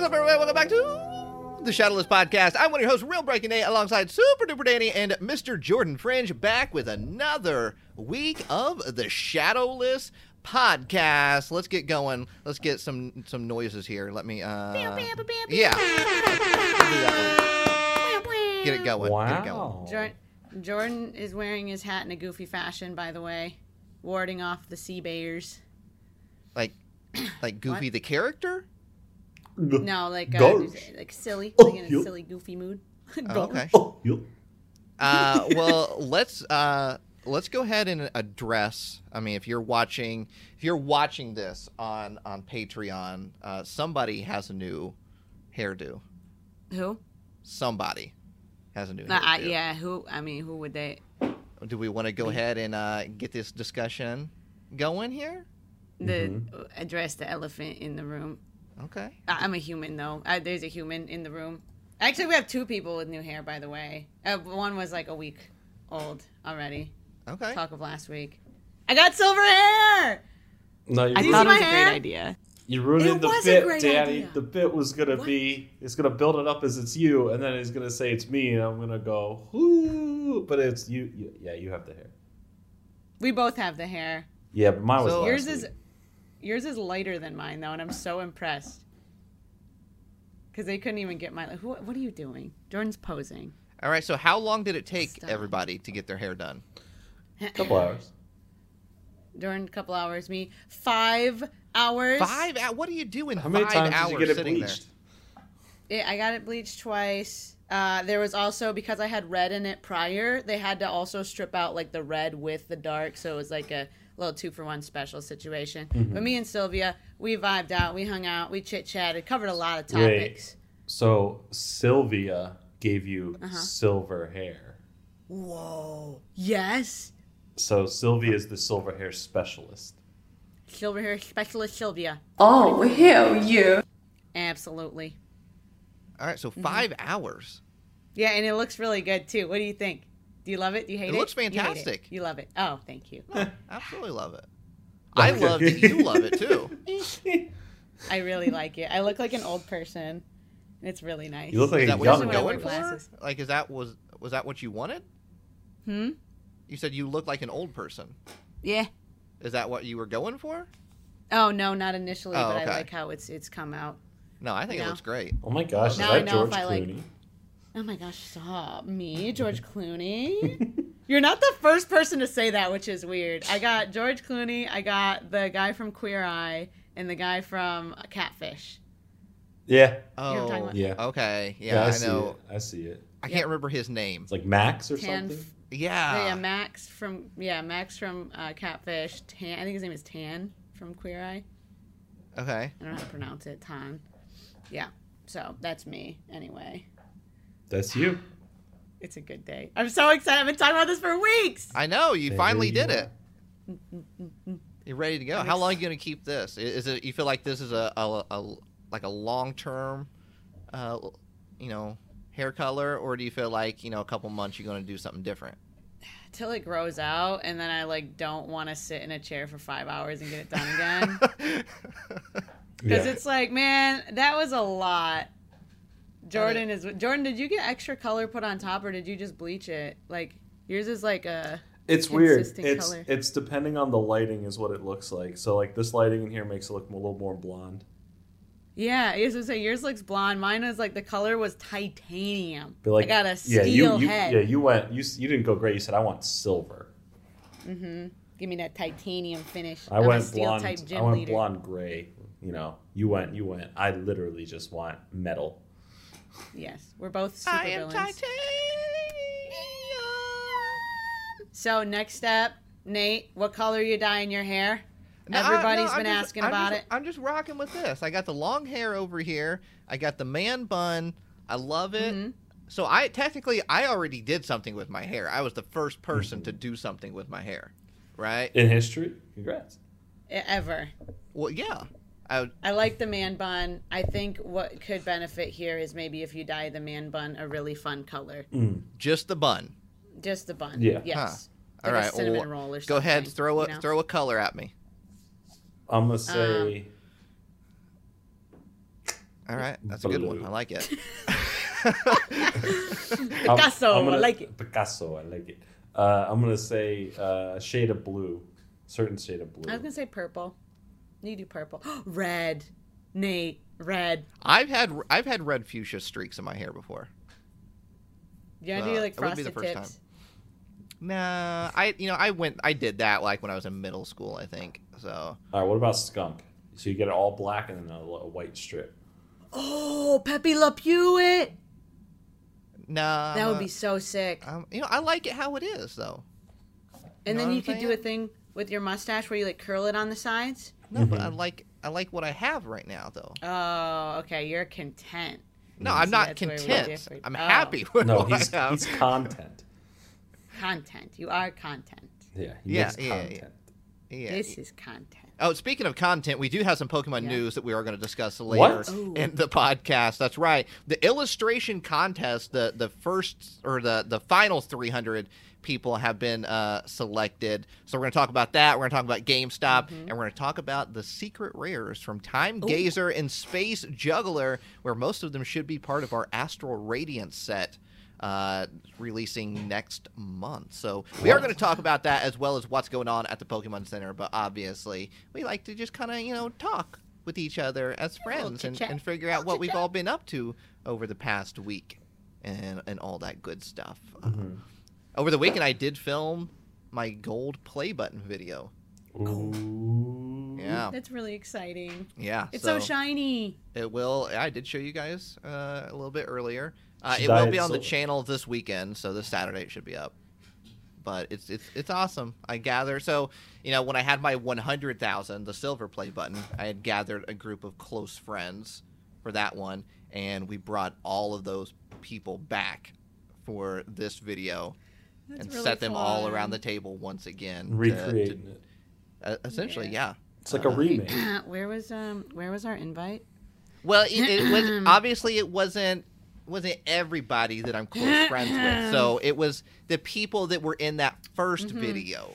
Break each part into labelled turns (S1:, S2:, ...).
S1: back to the Shadowless Podcast. I'm one of your hosts, Real Breaking Day, alongside Super Duper Danny and Mr. Jordan Fringe, back with another week of the Shadowless Podcast. Let's get going. Let's get some some noises here. Let me. Uh, yeah. I'll do that one. Get it going. Get it going.
S2: Wow.
S3: Jor- Jordan is wearing his hat in a goofy fashion, by the way, warding off the sea bears.
S1: Like, like Goofy the character.
S3: No, like uh,
S2: Gosh.
S3: like silly,
S2: Oh,
S3: like in
S2: you-
S3: a silly, goofy mood.
S1: Oh, okay.
S2: Oh, you.
S1: Uh, well, let's uh, let's go ahead and address. I mean, if you're watching, if you're watching this on on Patreon, uh, somebody has a new hairdo.
S3: Who?
S1: Somebody has a new
S3: Uh, I-
S1: hairdo.
S3: yeah, who? I mean, who would they?
S1: Do we want to go ahead and uh, get this discussion going here?
S3: The address the elephant in the room.
S1: Okay.
S3: I- I'm a human though. I, there's a human in the room. Actually, we have two people with new hair, by the way. Uh, one was like a week old already.
S1: Okay.
S3: Talk of last week. I got silver hair.
S2: No, you,
S3: I
S2: ruined,
S3: thought it was my a hair? great idea.
S2: you
S3: It
S2: ruined the
S3: was a
S2: bit,
S3: great
S2: Danny.
S3: idea.
S2: The bit was gonna be it's gonna build it up as it's you, and then it's gonna say it's me, and I'm gonna go whoo, but it's you. you yeah, you have the hair.
S3: We both have the hair.
S2: Yeah, but mine was
S1: So-
S2: last
S3: Yours is
S2: week.
S3: yours is lighter than mine though, and I'm so impressed. Cause they couldn't even get my. Who, what are you doing? Jordan's posing.
S1: All right. So, how long did it take
S3: Stop.
S1: everybody to get their hair done?
S2: couple hours.
S3: Jordan, a couple hours. Me, five hours.
S1: Five. hou- What do you do in
S2: How many
S1: five
S2: times
S1: hours
S2: did you get it
S1: sitting
S2: bleached?
S3: It, I got it bleached twice. Uh, there was also because I had red in it prior, they had to also strip out like the red with the dark, so it was like a little two for one special situation. But me and Sylvia, we vibed out, we hung out, we chit chatted, covered a lot of
S2: Wait.
S3: topics.
S2: So Sylvia gave you
S3: Uh-huh.
S2: silver hair.
S3: Whoa! Yes,
S2: So Sylvia is the silver hair specialist.
S3: silver hair specialist Sylvia.
S4: Oh, hell yeah.
S3: Absolutely.
S1: there? All right. So,
S3: Mm-hmm.
S1: 5 hours.
S3: Yeah, and it looks really good too. What do you think? Do you love it? Do you hate it?
S1: It looks
S3: You hate
S1: fantastic.
S3: You, love it. Oh, thank you.
S1: Absolutely love it. I love that you love it too.
S2: Oh
S3: I really like it. I look like an old person. and It's really nice.
S2: You look like
S1: Is
S2: a
S1: that what you
S2: young
S1: were
S3: Especially when I
S2: girl.
S1: going
S3: wear
S1: for?
S3: glasses.
S1: Like, is that was was that what you wanted?
S3: Hmm?
S1: You said you look like an old person.
S3: Yeah.
S1: Is that what you were going for?
S3: Oh no, not initially,
S1: Oh,
S3: but
S1: okay.
S3: I like how it's it's come out.
S1: No, I think it
S3: No.
S1: looks great.
S2: Oh my gosh, is
S3: Now I
S2: that
S3: know
S2: George
S3: if I like-
S2: Clooney?
S3: Oh my gosh, stop me, George Clooney. You're not the first person to say that, which is weird. I got George Clooney, I got the guy from Queer Eye, and the guy from Catfish.
S2: Yeah.
S1: Oh,
S3: know what I'm talking about?
S2: Yeah.
S1: okay, yeah,
S2: Yeah, I,
S1: I,
S2: see
S1: know.
S2: it. I see it.
S1: I can't remember his name.
S2: It's like Max or
S3: Tan,
S2: something.
S1: Yeah,
S3: yeah, Max from yeah Max from uh, Catfish. Tan, I think his name is Tan from Queer Eye.
S1: okay.
S3: I don't know how to pronounce it. Tan. Yeah. So that's me anyway.
S2: That's you.
S3: It's a good day. I'm so excited. I've been talking about this for weeks.
S1: I know you
S2: There
S1: finally
S2: you
S1: did
S2: are.
S1: it. You're ready to go. How long are you gonna keep this? I- Is it you feel like this is a, a, a like a long term, uh, you know, hair color, or do you feel like you know a couple months you're gonna do something different?
S3: till it grows out and then i like don't want to sit in a chair for five hours and get it done again because
S2: Yeah.
S3: it's like man that was a lot jordan is jordan did you get extra color put on top or did you just bleach it like yours is like a
S2: It's weird.
S3: consistent
S2: It's
S3: color.
S2: it's depending on the lighting is what it looks like. So like this lighting in here makes it look a little more blonde.
S3: yeah i was gonna say yours looks blonde mine was like the color was titanium
S2: But like
S3: i got a steel
S2: yeah, you, you
S3: head
S2: yeah you went you s- you didn't go gray. You said I want silver.
S3: give me that titanium finish
S2: I
S3: I'm a
S2: went
S3: steel
S2: blonde.
S3: type gym
S2: I went
S3: leader
S2: blonde gray. You know you went you went. I literally just want metal.
S3: yes we're both super villains So next step, Nate, what color you dyeing your hair?
S1: No, I-
S3: Everybody's
S1: no, I'm
S3: been
S1: just-
S3: asking
S1: I'm
S3: about
S1: just-
S3: it.
S1: I'm just rocking with this. I got the long hair over here. I got the man bun. I love it.
S3: Mm-hmm.
S1: So I technically I already did something with my hair. I was the first person to do something with my hair, right?
S2: In history, congrats.
S3: E- Ever.
S1: Well, yeah. I,
S3: I like the man bun. I think what could benefit here is maybe if you dye the man bun a really fun color.
S1: just the bun.
S3: Just the bun.
S2: Mm. Yeah.
S3: Yes.
S1: All
S3: Like
S1: right.
S3: a cinnamon
S1: well,
S3: roll or something.
S1: go ahead. Throw a
S3: you know?
S1: throw a
S3: Um,
S1: color at me.
S2: I'm gonna say
S1: All right, that's a good one. I like it.
S3: Picasso, I
S2: gonna-
S3: like it.
S2: Picasso, I like it. Uh, I'm gonna say uh, shade of blue, certain shade of blue.
S3: I was gonna say purple. You do purple. red. Nate. Red.
S1: I've had I've had red fuchsia streaks in my hair before.
S3: You wanna
S1: Uh,
S3: do like
S1: it wouldn't be the
S3: frosted
S1: first
S3: tips?
S1: Nah, I you know I went I did that like when I was in middle school I think. So
S2: All right, what about skunk? So you get it all black and then a, little white strip.
S3: Oh, Pepe Le Pew it.
S1: nah,
S3: That would be so sick.
S1: Um, you know I like it how it is though.
S3: And
S1: know
S3: then
S1: what
S3: you
S1: I'm
S3: could do a
S1: saying?
S3: thing with your mustache where you like curl it on the sides.
S1: No, but
S2: Mm-hmm.
S1: I like I like what I have right now though.
S3: Oh, okay. You're content.
S1: No, I'm not
S3: that's where we
S1: content.
S3: differ.
S1: I'm
S3: Oh.
S1: happy with
S2: No,
S1: what
S2: he's
S1: I have.
S2: he's content.
S3: Content. You are content.
S2: Yeah, he
S1: Yeah,
S2: makes
S1: yeah, yeah.
S2: content.
S1: Yeah.
S3: This is content.
S1: Oh, speaking of content, we do have some Pokemon
S3: Yeah.
S1: news that we are going to discuss later
S2: What?
S3: Ooh.
S1: in the podcast. That's right. The illustration contest, the the first or the the final 300 people have been uh, selected. So we're going to talk about that. We're going to talk about GameStop, and we're going to talk about the secret rares from Time Gazer and Space Juggler, where most of them should be part of our Astral Radiance set uh, releasing next month. So we are going to talk about that as well as what's going on at the Pokemon Center. But obviously, we like to just kind of you know talk with each other as friends and,
S3: chit-chat.
S1: and figure out what we've all been up to over the past week and and all that good stuff. Uh, over the weekend, I did film my gold play button video.
S2: Ooh.
S1: Yeah,
S3: Mm, That's really exciting.
S1: yeah.
S3: It's so, shiny.
S1: It will. I did show you guys uh, a little bit earlier. Uh,
S2: Should
S1: it will
S2: I
S1: be on the
S2: sort-
S1: channel this weekend, so this Saturday it should be up. But it's it's it's awesome. I gather so you know when I had my one hundred thousand, the silver play button, I had gathered a group of close friends for that one, and we brought all of those people back for this video
S3: That's
S1: and
S3: really
S1: set them all
S3: fun.
S1: around the table once again. to-
S2: Recreating
S1: to-
S2: it.
S1: uh, essentially,
S3: Yeah.
S1: yeah.
S2: It's like a remake.
S3: where was um where was our invite?
S1: Well, it, it was obviously it wasn't wasn't everybody that I'm close friends with. So it was the people that were in that 1st
S3: Mm-hmm.
S1: video.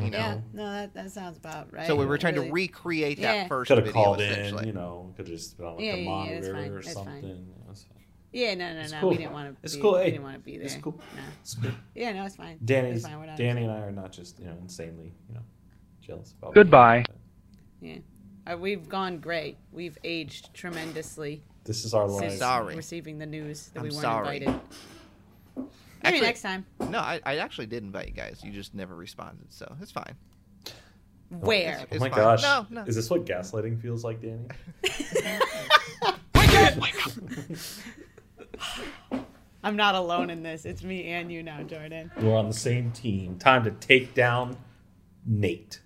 S1: You know.
S3: Yeah, no, that, that sounds about right.
S1: So we were trying
S3: Really.
S1: to recreate
S3: Yeah.
S1: that first
S2: Could have
S1: video
S2: called in,
S1: essentially.
S2: you know. Could have just been on like
S3: Yeah, yeah,
S2: a
S3: yeah, that's
S2: monitor
S3: fine,
S2: or
S3: that's fine.
S2: something. That's fine.
S3: Yeah, no, no,
S2: It's
S3: no.
S2: cool.
S3: We didn't want to.
S2: It's
S3: be,
S2: cool,
S3: We
S2: hey,
S3: didn't want to be there.
S2: it's cool.
S3: No.
S2: It's good.
S3: Yeah, no, it's fine.
S2: Danny's
S3: it's fine. We're not
S2: Danny and I are not just you know insanely you know jealous about.
S5: Goodbye.
S3: Yeah. Uh, we've gone great. We've aged tremendously
S2: This is our
S3: since
S2: life.
S1: Sorry.
S3: receiving the news that
S1: I'm
S3: we weren't
S1: sorry.
S3: invited. Maybe
S1: Actually-
S3: next time.
S1: No, I, I actually did invite you guys. You just never responded, so it's fine.
S3: Where?
S2: Oh
S1: It's
S2: my
S1: fine.
S2: gosh!
S1: No, no.
S2: Is this what gaslighting feels like, Danny?
S3: I'm not alone in this. It's me and you now, Jordan.
S2: We're on the same team. Time to take down Nate.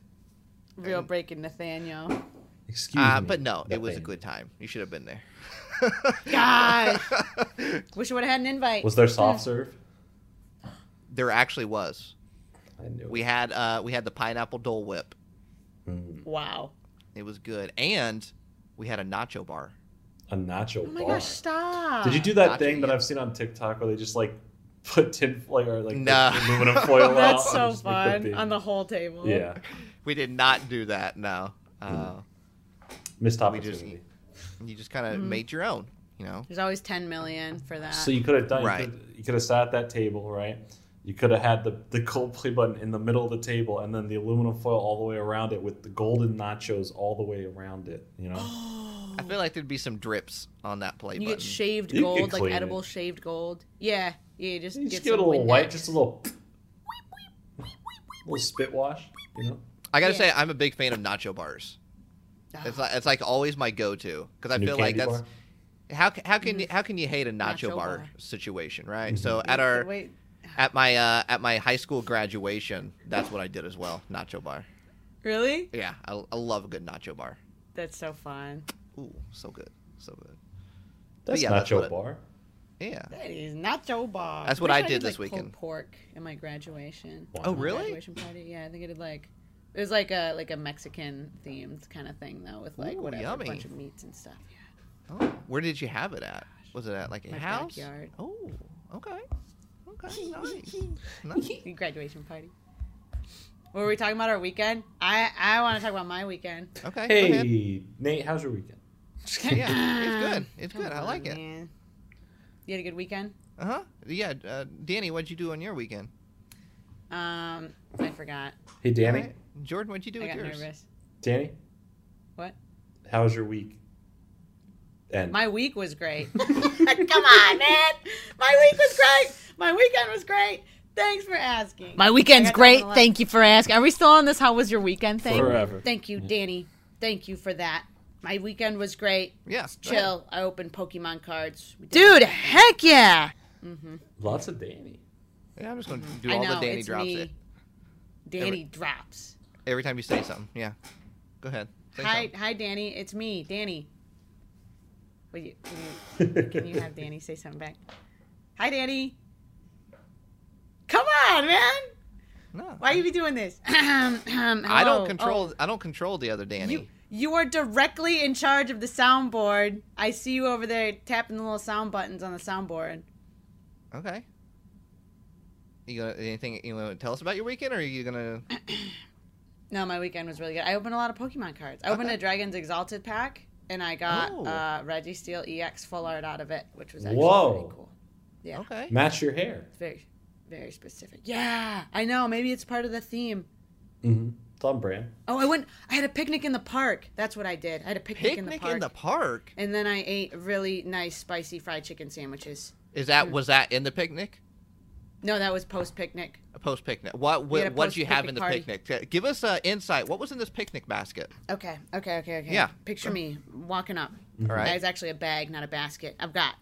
S3: Real
S1: Um,
S3: breaking Nathaniel.
S2: Excuse
S1: Uh,
S2: me.
S1: but no, it
S2: that
S1: was a
S2: thing.
S1: good time. You should have been there.
S3: Gosh. Wish I would have had an invite.
S2: Was there soft serve?
S1: There actually was.
S2: I knew.
S1: We
S2: it.
S1: had uh we had the pineapple dole whip.
S3: Wow.
S1: It was good. And we had a nacho bar.
S2: a nacho
S3: Oh my
S2: bar.
S3: gosh, stop.
S2: Did you do that
S1: Nacho,
S2: thing that
S1: yeah.
S2: I've seen on TikTok where they just like put tin foil or like
S1: No.
S2: the aluminum foil
S3: That's
S2: out?
S3: so
S2: and just make the
S3: fun
S2: big-
S3: on the whole table.
S2: yeah,
S1: We did not do that, no. Uh,
S2: Mm-hmm. missed
S1: We
S2: opportunity.
S1: just- you just kind of
S3: Mm-hmm.
S1: made your own, you know.
S3: There's always 10 million for that.
S2: So you could have done
S1: Right.
S2: You, could, you could have sat at that table, right? You could have had the the gold play button in the middle of the table, and then the aluminum foil all the way around it, with the golden nachos all the way around it. You know,
S1: I feel like there'd be some drips on that play
S3: You
S1: button.
S3: get shaved
S2: You can
S3: gold, like
S2: clean it.
S3: edible shaved gold. Yeah, yeah. You just
S2: you
S3: get
S2: just give it a
S3: some
S2: little
S3: Windex.
S2: white, just a little, little spit wash. You know,
S1: I gotta
S3: Yeah.
S1: say, I'm a big fan of nacho bars.
S3: Ah.
S1: It's like it's like always my go-to because I
S2: New
S1: feel like
S2: candy
S1: that's
S2: bar.
S1: how ca- how can you how can you hate a nacho,
S3: Mm-hmm. Nacho
S1: bar,
S3: bar.
S1: situation, right?
S2: Mm-hmm.
S1: So at
S3: Oh,
S1: our
S3: wait,
S1: at my uh, at my high school graduation, that's what I did as well. Nacho bar.
S3: really?
S1: Yeah, I, I love a good nacho bar.
S3: That's so fun.
S1: Ooh, so good, so good.
S2: that's
S1: yeah, that's
S2: nacho
S1: what it-
S2: bar.
S1: Yeah.
S3: That is nacho bar.
S1: That's what
S3: Pretty
S1: I
S3: sure
S1: did this
S3: like, pulled
S1: weekend.
S3: Pork in my graduation.
S2: Wow.
S1: Oh really?
S3: Graduation party. Yeah, I think I did like. It was like a like a Mexican themed kind of thing though, with like
S1: Ooh,
S3: whatever
S1: yummy.
S3: a bunch of meats and stuff. Yeah.
S1: Oh, where did you have it at? Was it at like a
S3: My
S1: house?
S3: backyard.
S1: Oh, okay. Okay, nice. nice.
S3: The graduation party. What were we talking about our weekend? I I want to talk about my weekend.
S1: Okay. go ahead.
S2: Hey, Nate, how's your weekend?
S1: yeah, it's good. It's good. I like it.
S3: Oh, Man. You had a good weekend?
S1: Uh huh. Yeah, uh, Danny, what'd you do on your weekend?
S3: Um, I forgot.
S2: Hey, Danny.
S1: All right. Jordan, what'd you do
S3: I
S1: with
S3: got
S1: yours?
S3: nervous.
S2: Danny,
S3: What?
S2: how was your week? And
S3: My week was great. Come on, man. My week was great. My weekend was great. Thanks for asking.
S5: My weekend's
S3: I got that
S5: great.
S3: one a lot.
S5: Thank you for asking. Are we still on this? How was your weekend thing?
S2: forever.
S3: Thank you, Danny. Thank you for that. My weekend was great.
S1: Yeah.
S3: Chill. I opened Pokemon cards. We did-
S5: Dude, heck yeah.
S2: Lots of Danny.
S1: Yeah, I'm just going to do
S3: Mm-hmm. I
S1: all
S3: know,
S1: the Danny
S3: it's
S1: drops
S3: me.
S1: it
S3: Danny
S1: Every-
S3: drops.
S1: every time you say something. Yeah. Go ahead. Say
S3: Hi,
S1: something.
S3: hi, Danny. It's me, Danny. Will you, can, you, can you have Danny say something back? Hi, Danny. Come on, man.
S1: No.
S3: Why are you doing this?
S1: I
S3: I
S1: don't control. I don't control the other Danny.
S3: Oh, You, you are directly in charge of the soundboard. I see you over there tapping the little sound buttons on the soundboard.
S1: Okay. You gonna anything you want to tell us about your weekend, or are you gonna?
S3: No, my weekend was really good. I opened a lot of Pokemon cards. I opened
S1: Okay.
S3: a Dragon's Exalted pack, and I got
S1: Uh, Oh.
S3: uh, Registeel EX full art out of it, which was actually
S2: Whoa.
S3: pretty cool. Yeah,
S1: Okay.
S2: Match your hair.
S3: it's very, very specific. Yeah, I know. Maybe it's part of the theme.
S2: Mm-hmm. It's on brand.
S3: Oh, I went. I had a picnic in the park. That's what I did. I had a picnic, in the
S1: Picnic
S3: park.
S1: in the park.
S3: and then I ate really nice spicy fried chicken sandwiches.
S1: Is that was that in the picnic?
S3: No, that was post picnic.
S1: A post picnic. What
S3: had
S1: what,
S3: a
S1: what did you have
S3: post-picnic
S1: in the
S3: party.
S1: picnic? T- Give us uh, insight. What was in this picnic basket?
S3: Okay, okay, okay, okay.
S1: Yeah.
S3: Picture me walking up.
S1: All right.
S3: That is actually a bag, not a basket. I've got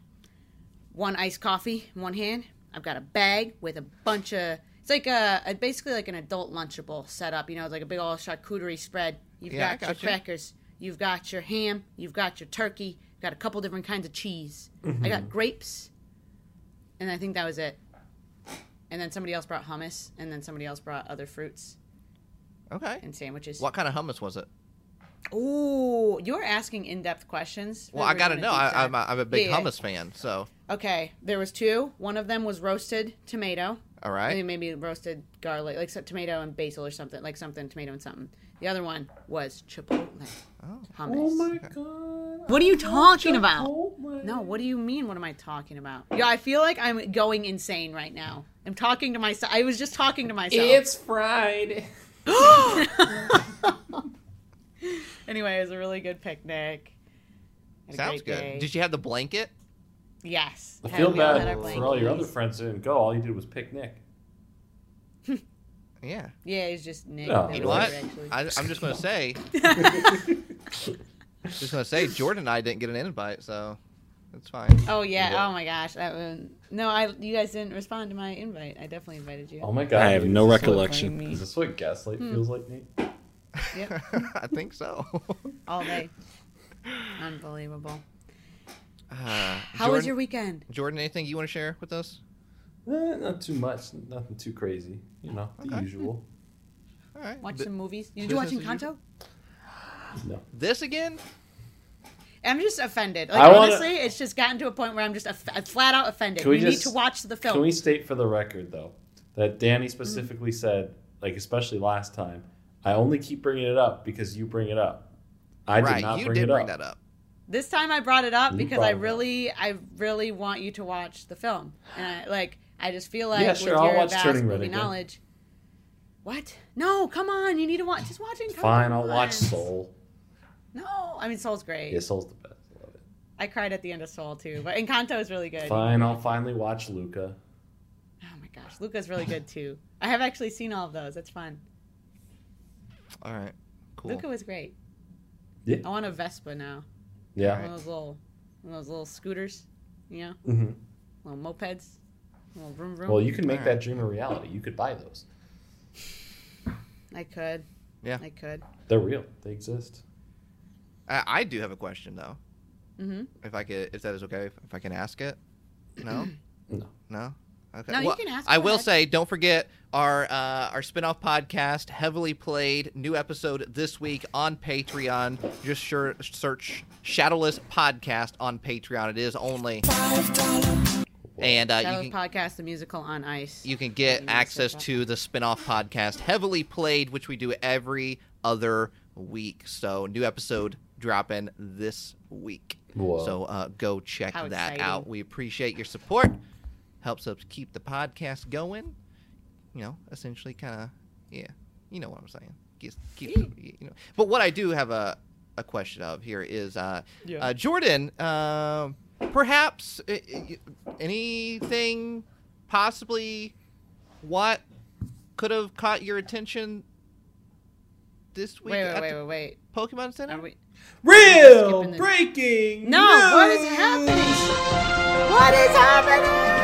S3: one iced coffee in one hand. I've got a bag with a bunch of. It's like a, a basically like an adult lunchable setup. You know, it's like a big old charcuterie spread. You've
S1: Yeah, I
S3: got, your
S1: got you.
S3: crackers. You've got your ham. You've got your turkey. You've got a couple different kinds of cheese. I
S1: Mm-hmm.
S3: got grapes, and I think that was it. And then somebody else brought hummus, and then somebody else brought other fruits
S1: Okay.
S3: and sandwiches.
S1: What kind of hummus was it?
S3: Oh, you're asking in-depth questions.
S1: Well, I
S3: We're
S1: gotta
S3: doing
S1: know.
S3: deep
S1: I, I'm
S3: dive.
S1: a, I'm a big
S3: Yeah, yeah.
S1: hummus fan, so
S3: Okay, there was two. One of them was roasted tomato.
S1: all right.
S3: Maybe, maybe roasted garlic, like so- tomato and basil or something, like something tomato and something. The other one was chipotle
S1: Oh.
S3: hummus.
S2: god.
S5: What are you talking about?
S3: No, what do you mean? What am I talking about? Yeah, I feel like I'm going insane right now. I'm talking to myself. I was just talking to myself.
S2: Friday.
S3: anyway, it was a really good picnic. Had a
S1: Sounds
S3: great
S1: good.
S3: day.
S1: Did you have the blanket?
S3: Yes.
S2: I
S3: Had-
S2: feel
S3: we all had
S2: bad
S3: our
S2: for all your other
S3: blankies.
S2: friends who didn't go. All you did was pick Nick.
S1: Yeah.
S3: Yeah, it's just Nick.
S2: No.
S3: That
S1: You
S2: You
S1: know
S3: was
S1: what?
S3: better, actually.
S1: I, I'm just gonna say. just gonna say Jordan and I didn't get an invite, so that's fine.
S3: Oh yeah.
S2: Yeah.
S3: Oh my gosh. That one. No, I. You guys didn't respond to my invite. I definitely invited you.
S2: Oh my god.
S6: I have
S2: dude,
S6: no
S2: is this what-
S6: recollection.
S2: Is this what gaslight
S3: Hmm.
S2: feels like, Nate?
S3: Yep.
S1: I think so.
S3: All day. Unbelievable.
S1: Uh,
S3: How was your weekend?
S1: Jordan? Anything you want to share with us?
S2: Eh, not too much. Nothing too crazy. You know, the
S1: Okay.
S2: usual.
S1: All right.
S3: Watch
S1: Th-
S3: some movies. Did you
S1: business
S3: watch
S1: as usual.
S3: Encanto?
S2: No.
S1: this again?
S3: I'm just offended. Like
S2: I wanna-
S3: honestly, it's just gotten to a point where I'm just off- I'm flat out offended.
S2: Can we
S3: You
S2: just-
S3: need to watch the film.
S2: Can we state for the record though that Danny specifically said, like especially last time, I only keep bringing it up because you bring it up. I did
S1: right.
S2: not
S1: You
S2: bring
S1: did
S2: it
S1: bring
S2: up.
S1: that up.
S3: This time I brought it up
S2: You
S3: because
S2: brought
S3: I
S2: it up.
S3: really, I really want you to watch the film, and I like, I just feel like
S2: Yeah, sure,
S3: with
S2: I'll
S3: your
S2: watch
S3: vast
S2: Turning Red
S3: movie
S2: again.
S3: knowledge. What? No, come on! You need to watch. Just watch it.
S2: Fine, I'll watch Soul.
S3: No, I mean Soul's great.
S2: Yeah, Soul's the best. I love it.
S3: I cried at the end of Soul too, but Encanto is really good.
S2: Fine, I'll finally watch Luca.
S3: Oh my gosh, Luca's really good too. I have actually seen all of those. That's fun.
S1: All right. Cool.
S3: Luca was great.
S2: Yeah.
S3: I want a Vespa now. One
S2: Yeah.
S3: of those little, one of those little scooters, you know,
S2: hmm
S3: little mopeds, little vroom vroom.
S2: Well, you can make
S1: Alright.
S2: that dream a reality. You could buy those.
S3: I could.
S1: Yeah.
S3: I could.
S2: They're real. They exist.
S1: I, I do have a question though.
S3: Mm-hmm.
S1: If I could, if that is okay, if, if I can ask it. No.
S2: No.
S1: No. Okay.
S3: No, you can ask,
S1: I
S3: go
S1: will
S3: ahead.
S1: say, don't forget our uh, our spinoff podcast, heavily played, new episode this week on Patreon. Just sure, search Shadowless Podcast on Patreon. It is only, and uh,
S3: That
S1: you
S3: was
S1: can
S3: podcast, the musical on ice.
S1: you can get
S3: You wanna
S1: access
S3: search
S1: to the spin-off podcast heavily played which we do every other week so new episode dropping this week.
S2: Whoa.
S1: So uh, go check
S3: How
S1: that
S3: exciting.
S1: out. We appreciate your support. Helps us keep the podcast going. You know, essentially, kind of, yeah. You know what I'm saying? Keeps- keep- you know. But what I do have a, a question of here is, uh, uh, Jordan, um perhaps uh, uh, anything possibly what could have caught your attention this week
S3: Wait,
S1: at
S3: wait, wait,
S1: the
S3: wait, wait.
S1: Pokemon Center?
S3: Are we?
S2: Real
S3: Skipping the-
S2: breaking.
S3: No, what is happening? What is happening?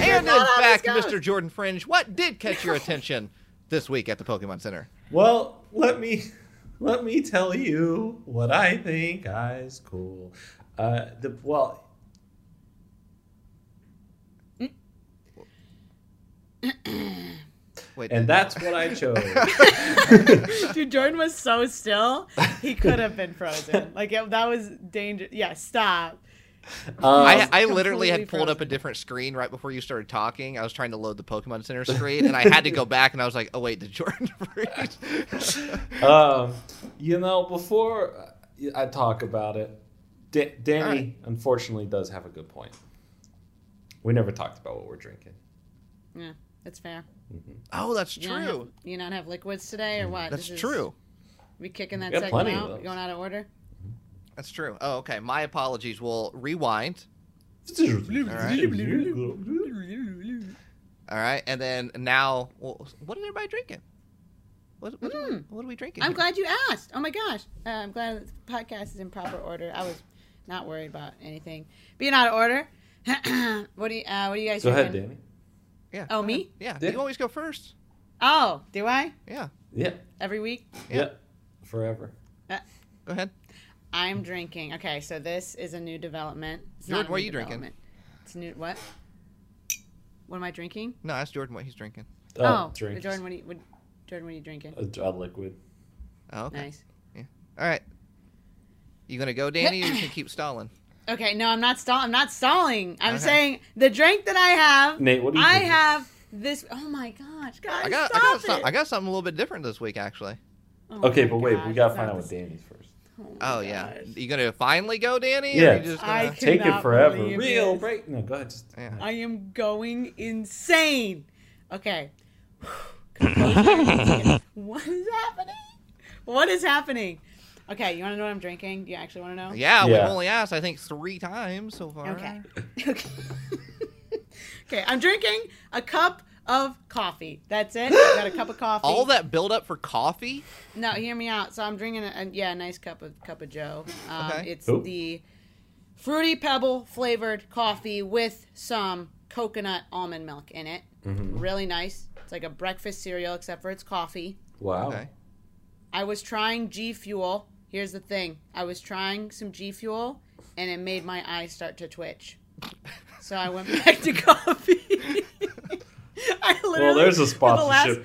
S1: And in
S3: not all
S1: fact,
S3: these guys.
S1: Mr. Jordan Fringe, what did catch your attention this week at the Pokemon Center?
S2: Well, let me let me tell you what I think. Eyes cool. Uh, the well.
S1: Wait,
S2: And that's what I chose.
S3: Dude, Jordan was so still. He could have been frozen. Like it, that was dangerous. Yeah, stop.
S1: I,
S2: Um,
S1: I literally had
S3: completely
S1: pulled up a
S3: frozen.
S1: different screen right before you started talking. I was trying to load the Pokemon Center screen, and I had to go back, and I was like, "Oh wait, did Jordan freeze?"
S2: um, you know, before uh, I talk about it, Da- Danny
S1: Alright.
S2: unfortunately does have a good point. We never talked about what we're drinking.
S3: Yeah, that's fair.
S1: oh, that's
S3: You not have-
S1: true.
S3: you not have liquids today or what?
S1: Mm, That's
S3: This is-
S1: true.
S3: We kicking that
S2: We got
S3: segment
S2: plenty of
S3: out?
S2: those.
S3: Going out of order?
S1: That's true. Oh, okay. My apologies. We'll rewind. All right, and then now, well, what is everybody drinking? What, what, are, we, what are we drinking?
S3: Mm. I'm
S1: here?
S3: glad you asked. Oh my gosh. Uh, I'm glad the podcast is in proper order. I was not worried about anything being out of order. what do you uh, What do you guys?
S2: Go ahead,
S3: drinking?
S2: Danny.
S1: Yeah.
S3: Oh
S1: go
S3: me?
S1: ahead. Yeah.
S2: Yeah.
S1: You always go first.
S3: Oh, do I
S1: Yeah.
S2: Yeah,
S3: every week?
S2: yeah, forever.
S3: Uh,
S1: Go ahead.
S3: I'm drinking. Okay, so this is a new development. It's
S1: Jordan,
S3: not a
S1: what
S3: new
S1: are you drinking?
S3: development. It's new. What? What am I drinking?
S1: No, that's Jordan. What he's drinking.
S2: Oh, drink
S3: Jordan, what are you? What, Jordan, what are you drinking?
S2: a, a liquid.
S1: Oh, okay.
S3: Nice.
S1: All right. You gonna go, Danny, or you can keep stalling?
S3: Okay, no, I'm not stalling. I'm not stalling. I'm
S1: Okay.
S3: saying the drink that I have.
S2: Nate, what do you
S3: I
S2: drinking?
S3: have this. Oh my gosh, guys,
S1: I got, I
S3: stop
S1: got,
S3: it.
S1: some, I got something a little bit different this week, actually.
S3: Oh
S2: Okay,
S3: my
S2: but wait, we
S3: gosh,
S2: gotta
S3: it's
S2: find
S3: not
S2: out
S3: the
S2: what Danny's first.
S1: Oh yeah. You gonna finally go, Danny? Or
S2: Yeah.
S1: you just
S3: I
S1: gonna...
S3: can-
S2: Take it
S3: Cannot
S2: forever.
S3: believe
S2: Real
S3: this.
S2: break. No, go ahead. Just
S1: Yeah.
S3: I am going insane. Okay. what is happening? What is happening? Okay, you want to know what I'm drinking? You actually want to know?
S1: yeah, we've
S2: Yeah.
S1: only asked I think three times so far.
S3: Okay. Okay. okay, I'm drinking a cup of coffee. That's it. I got a cup of coffee.
S1: All that build up for coffee.
S3: No, hear me out. So I'm drinking a, a yeah, a nice cup of cup of Joe. Um,
S1: Okay.
S3: It's
S2: Ooh.
S3: the fruity pebble flavored coffee with some coconut almond milk in it.
S2: Mm-hmm.
S3: Really nice. It's like a breakfast cereal except for it's coffee.
S2: wow.
S1: Okay.
S3: I was trying G Fuel. Here's the thing. I was trying some G Fuel and it made my eyes start to twitch. So I went back to coffee. I literally
S2: Well, there's
S3: for
S2: a
S3: the
S2: sponsorship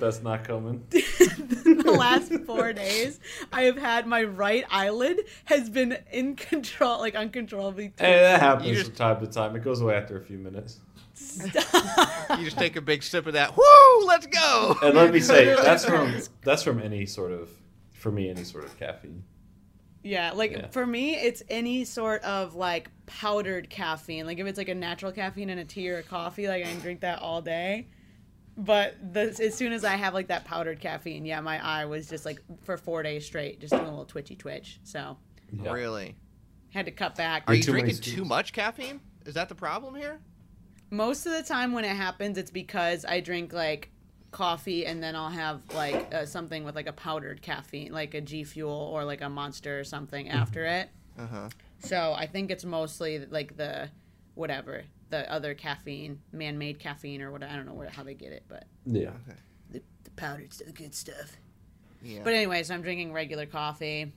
S3: last-
S2: that's not coming.
S3: the last four days, I have had my right eyelid has been in control, like uncontrollably.
S2: Hey, that happens
S1: You just-
S2: from time to time. It goes away after a few minutes.
S1: You just take a big sip of that. Woo! Let's go.
S2: And let me say, that's from that's from any sort of, for me, any sort of caffeine.
S3: yeah, like
S2: Yeah.
S3: for me, it's any sort of like powdered caffeine. Like if it's like a natural caffeine in a tea or a coffee, like I can drink that all day. But the, as soon as I have like that powdered caffeine, yeah, my eye was just like for four days straight, just doing a little twitchy twitch. So
S2: Yeah.
S1: Really?
S3: had to cut back.
S1: Are you
S2: too many
S1: drinking
S2: scoops.
S1: too much caffeine? Is that the problem here?
S3: most of the time when it happens it's because i drink like coffee and then i'll have like uh, something with like a powdered caffeine like a g fuel or like a monster or something after it
S1: Uh huh.
S3: so i think it's mostly like the whatever the other caffeine man-made caffeine or what i don't know where, how they get it but
S2: Yeah.
S3: the, the powdered the good stuff
S1: Yeah.
S3: but anyway so i'm drinking regular coffee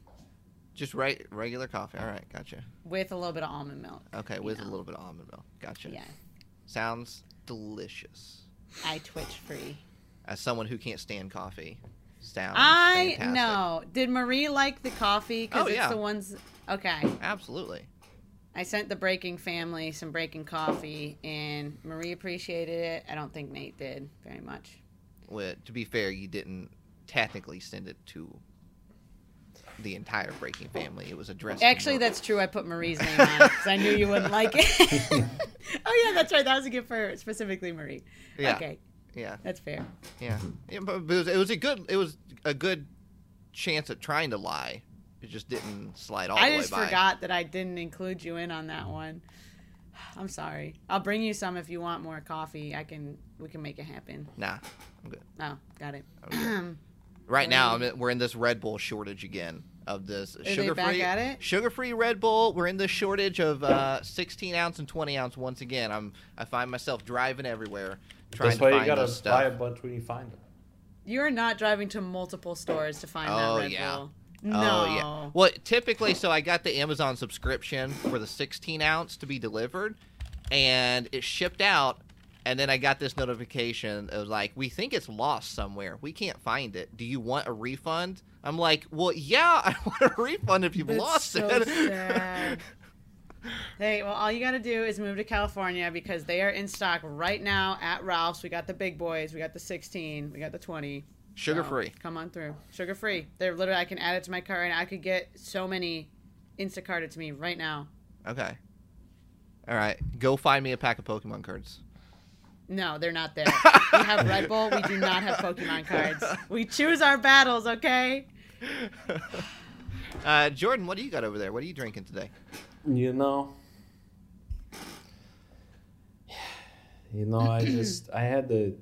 S1: Just right, regular coffee. All right, gotcha.
S3: with a little bit of almond milk
S1: Okay, with a
S3: Yeah.
S1: little bit of almond milk. Gotcha.
S3: yeah
S1: Sounds delicious.
S3: i twitch free
S1: As someone who can't stand coffee, sounds
S3: Oh, I
S1: fantastic.
S3: know. Did Marie like the coffee? Because
S1: Oh,
S3: it's
S1: yeah.
S3: the ones. Okay.
S1: Absolutely.
S3: I sent the Breaking family some Breaking coffee, and Marie appreciated it. I don't think Nate did very much.
S1: Well, to be fair, you didn't technically send it to the entire Breaking family. It was addressed. to
S3: Actually,
S1: Murray.
S3: that's true. I put Marie's name on it because I knew you wouldn't like it. oh yeah, that's right. That was a gift for specifically Marie.
S1: Yeah.
S3: Okay,
S1: yeah,
S3: that's fair.
S1: yeah.
S2: Mm-hmm.
S1: Yeah, but but it, was, it was a good. It was a good chance at trying to lie. It just didn't slide all
S3: I
S1: the
S3: just
S1: way by.
S3: forgot that I didn't include you in on that one. I'm sorry. I'll bring you some if you want more coffee. I can. We can make it happen.
S1: Nah, I'm good.
S3: Oh, got it.
S1: Right now, I'm in, we're in this Red Bull shortage again of this
S3: they
S1: sugar-free,
S3: back at it?
S1: sugar-free Red Bull. We're in this shortage of uh, 16 ounce and 20 ounce once again. I'm I find myself driving everywhere trying
S2: That's
S1: to
S2: why
S1: find
S2: you gotta
S1: this stuff.
S2: buy a bunch when you find them.
S3: You are not driving to multiple stores to find
S1: Oh,
S3: that Red
S1: yeah.
S3: Bull. No.
S1: Oh yeah. Well, typically, so I got the Amazon subscription for the 16 ounce to be delivered, and it shipped out, and then I got this notification. It was like, "We think it's lost somewhere. We can't find it. Do you want a refund?" I'm like, "Well, yeah, I want a refund if you've
S3: That's
S1: lost
S3: so
S1: it."
S3: sad. Hey, well, all you got to do is move to California because they are in stock right now at Ralph's. We got the big boys. We got the 16. We got the 20.
S1: Sugar
S3: So,
S1: free.
S3: Come on through. Sugar free. They're literally, I can add it to my cart and I could get so many Instacarted to me right now.
S1: Okay. All right. Go find me a pack of Pokemon cards.
S3: No, they're not there. we have Red Bull. We do not have Pokemon cards. We choose our battles, okay?
S1: Uh, Jordan, what do you got over there? What are you drinking today?
S2: You know. You know, I just I had to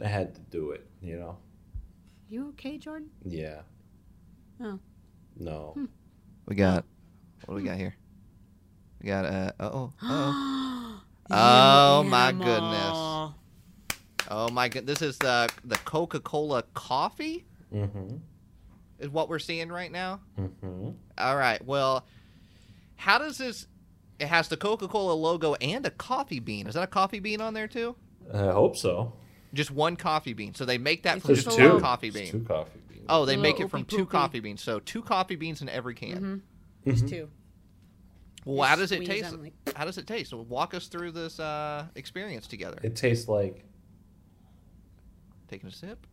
S2: I had to do it, you know.
S5: You okay, Jordan?
S2: Yeah.
S5: Oh.
S2: No.
S1: Hmm. We got. What do we got here? We got. Uh, oh. Oh.
S3: You
S1: Oh, my
S3: animal.
S1: Oh my god, this is the the Coca-Cola coffee
S2: Mm-hmm.
S1: is what we're seeing right now.
S2: Mm-hmm.
S1: All right. Well, how does this it has the Coca-Cola logo and a coffee bean. Is that a coffee bean on there too?
S2: I hope so.
S1: Just one coffee bean. So they make that
S3: It's
S1: from
S3: just
S1: just
S3: a
S1: one
S3: little-
S1: coffee
S2: It's
S1: bean.
S2: two coffee beans.
S1: Oh, they
S5: A
S1: make
S5: little
S1: it from
S5: oopy
S1: two
S5: poopy.
S1: coffee beans. So two coffee beans in every can.
S3: There's two.
S1: Well,
S3: You
S1: how does it
S3: Mm-hmm. squeeze
S1: taste?
S3: them, like-
S1: How does it taste? Well, walk us through this uh, experience together.
S2: It tastes like
S1: Taking a sip.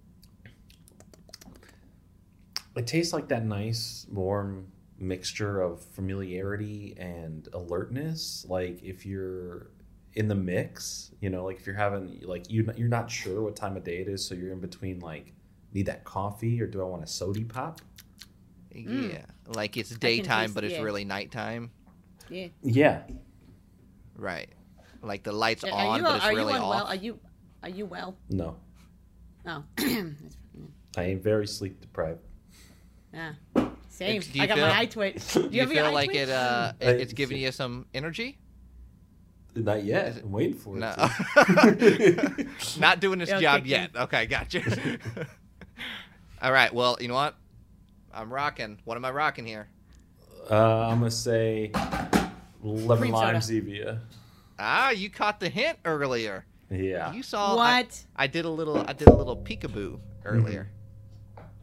S2: it tastes like that nice warm mixture of familiarity and alertness like if you're in the mix you know like if you're having like you you're not sure what time of day it is so you're in between like need that coffee or do i want a sody pop
S1: Yeah, like it's daytime,
S3: Mm. taste
S1: but
S3: the
S1: it's
S3: egg.
S1: really nighttime.
S3: Yeah.
S2: yeah
S1: Right. Like the lights
S3: Are
S1: on,
S3: you,
S1: but it's
S3: are
S1: really
S3: you unwell?
S1: off.
S3: Are you are you well?
S2: no
S3: Oh,
S2: i am very sleep deprived
S3: yeah. Ah. Same.
S1: Do you
S3: I got
S1: feel-
S3: my eye twitch. Do
S1: Do you,
S3: have your
S1: feel
S3: eye
S1: like
S3: twitch?
S1: it, uh,
S2: I-
S1: it? It's giving you some energy.
S2: not yet i'm waiting for it
S1: No.
S2: to.
S1: Not doing this
S3: It'll
S1: job
S3: kick
S1: yet. Okay, gotcha. All right. Well, you know what? I'm rocking. What am I rocking here?
S2: uh, i'm gonna say lemon
S3: Cream
S2: lime
S3: soda.
S2: zevia
S1: Ah, you caught the hint earlier.
S2: yeah
S1: You saw Oh, I-
S3: What?
S1: I, did a little. I did a little peekaboo
S2: Mm-hmm.
S1: earlier.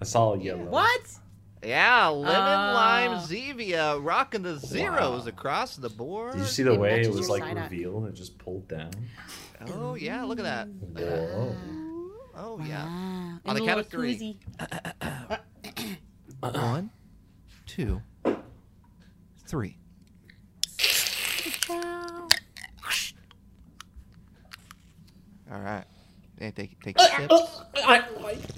S2: i saw yellow
S3: What?
S1: Yeah, lemon
S3: Oh.
S1: lime Zevia, rocking the zeros
S2: Wow.
S1: across the board.
S2: Did you see the
S3: It
S2: way it
S3: matches
S2: was
S3: your
S2: like
S3: side eye.
S2: revealed and it just pulled down?
S1: Oh yeah, look at that.
S2: Whoa.
S1: Oh yeah.
S5: Ah.
S1: On the
S3: In a
S1: count
S3: little
S1: of three.
S3: koozie.
S1: One, two, three. All right. Hey, take, take a sip.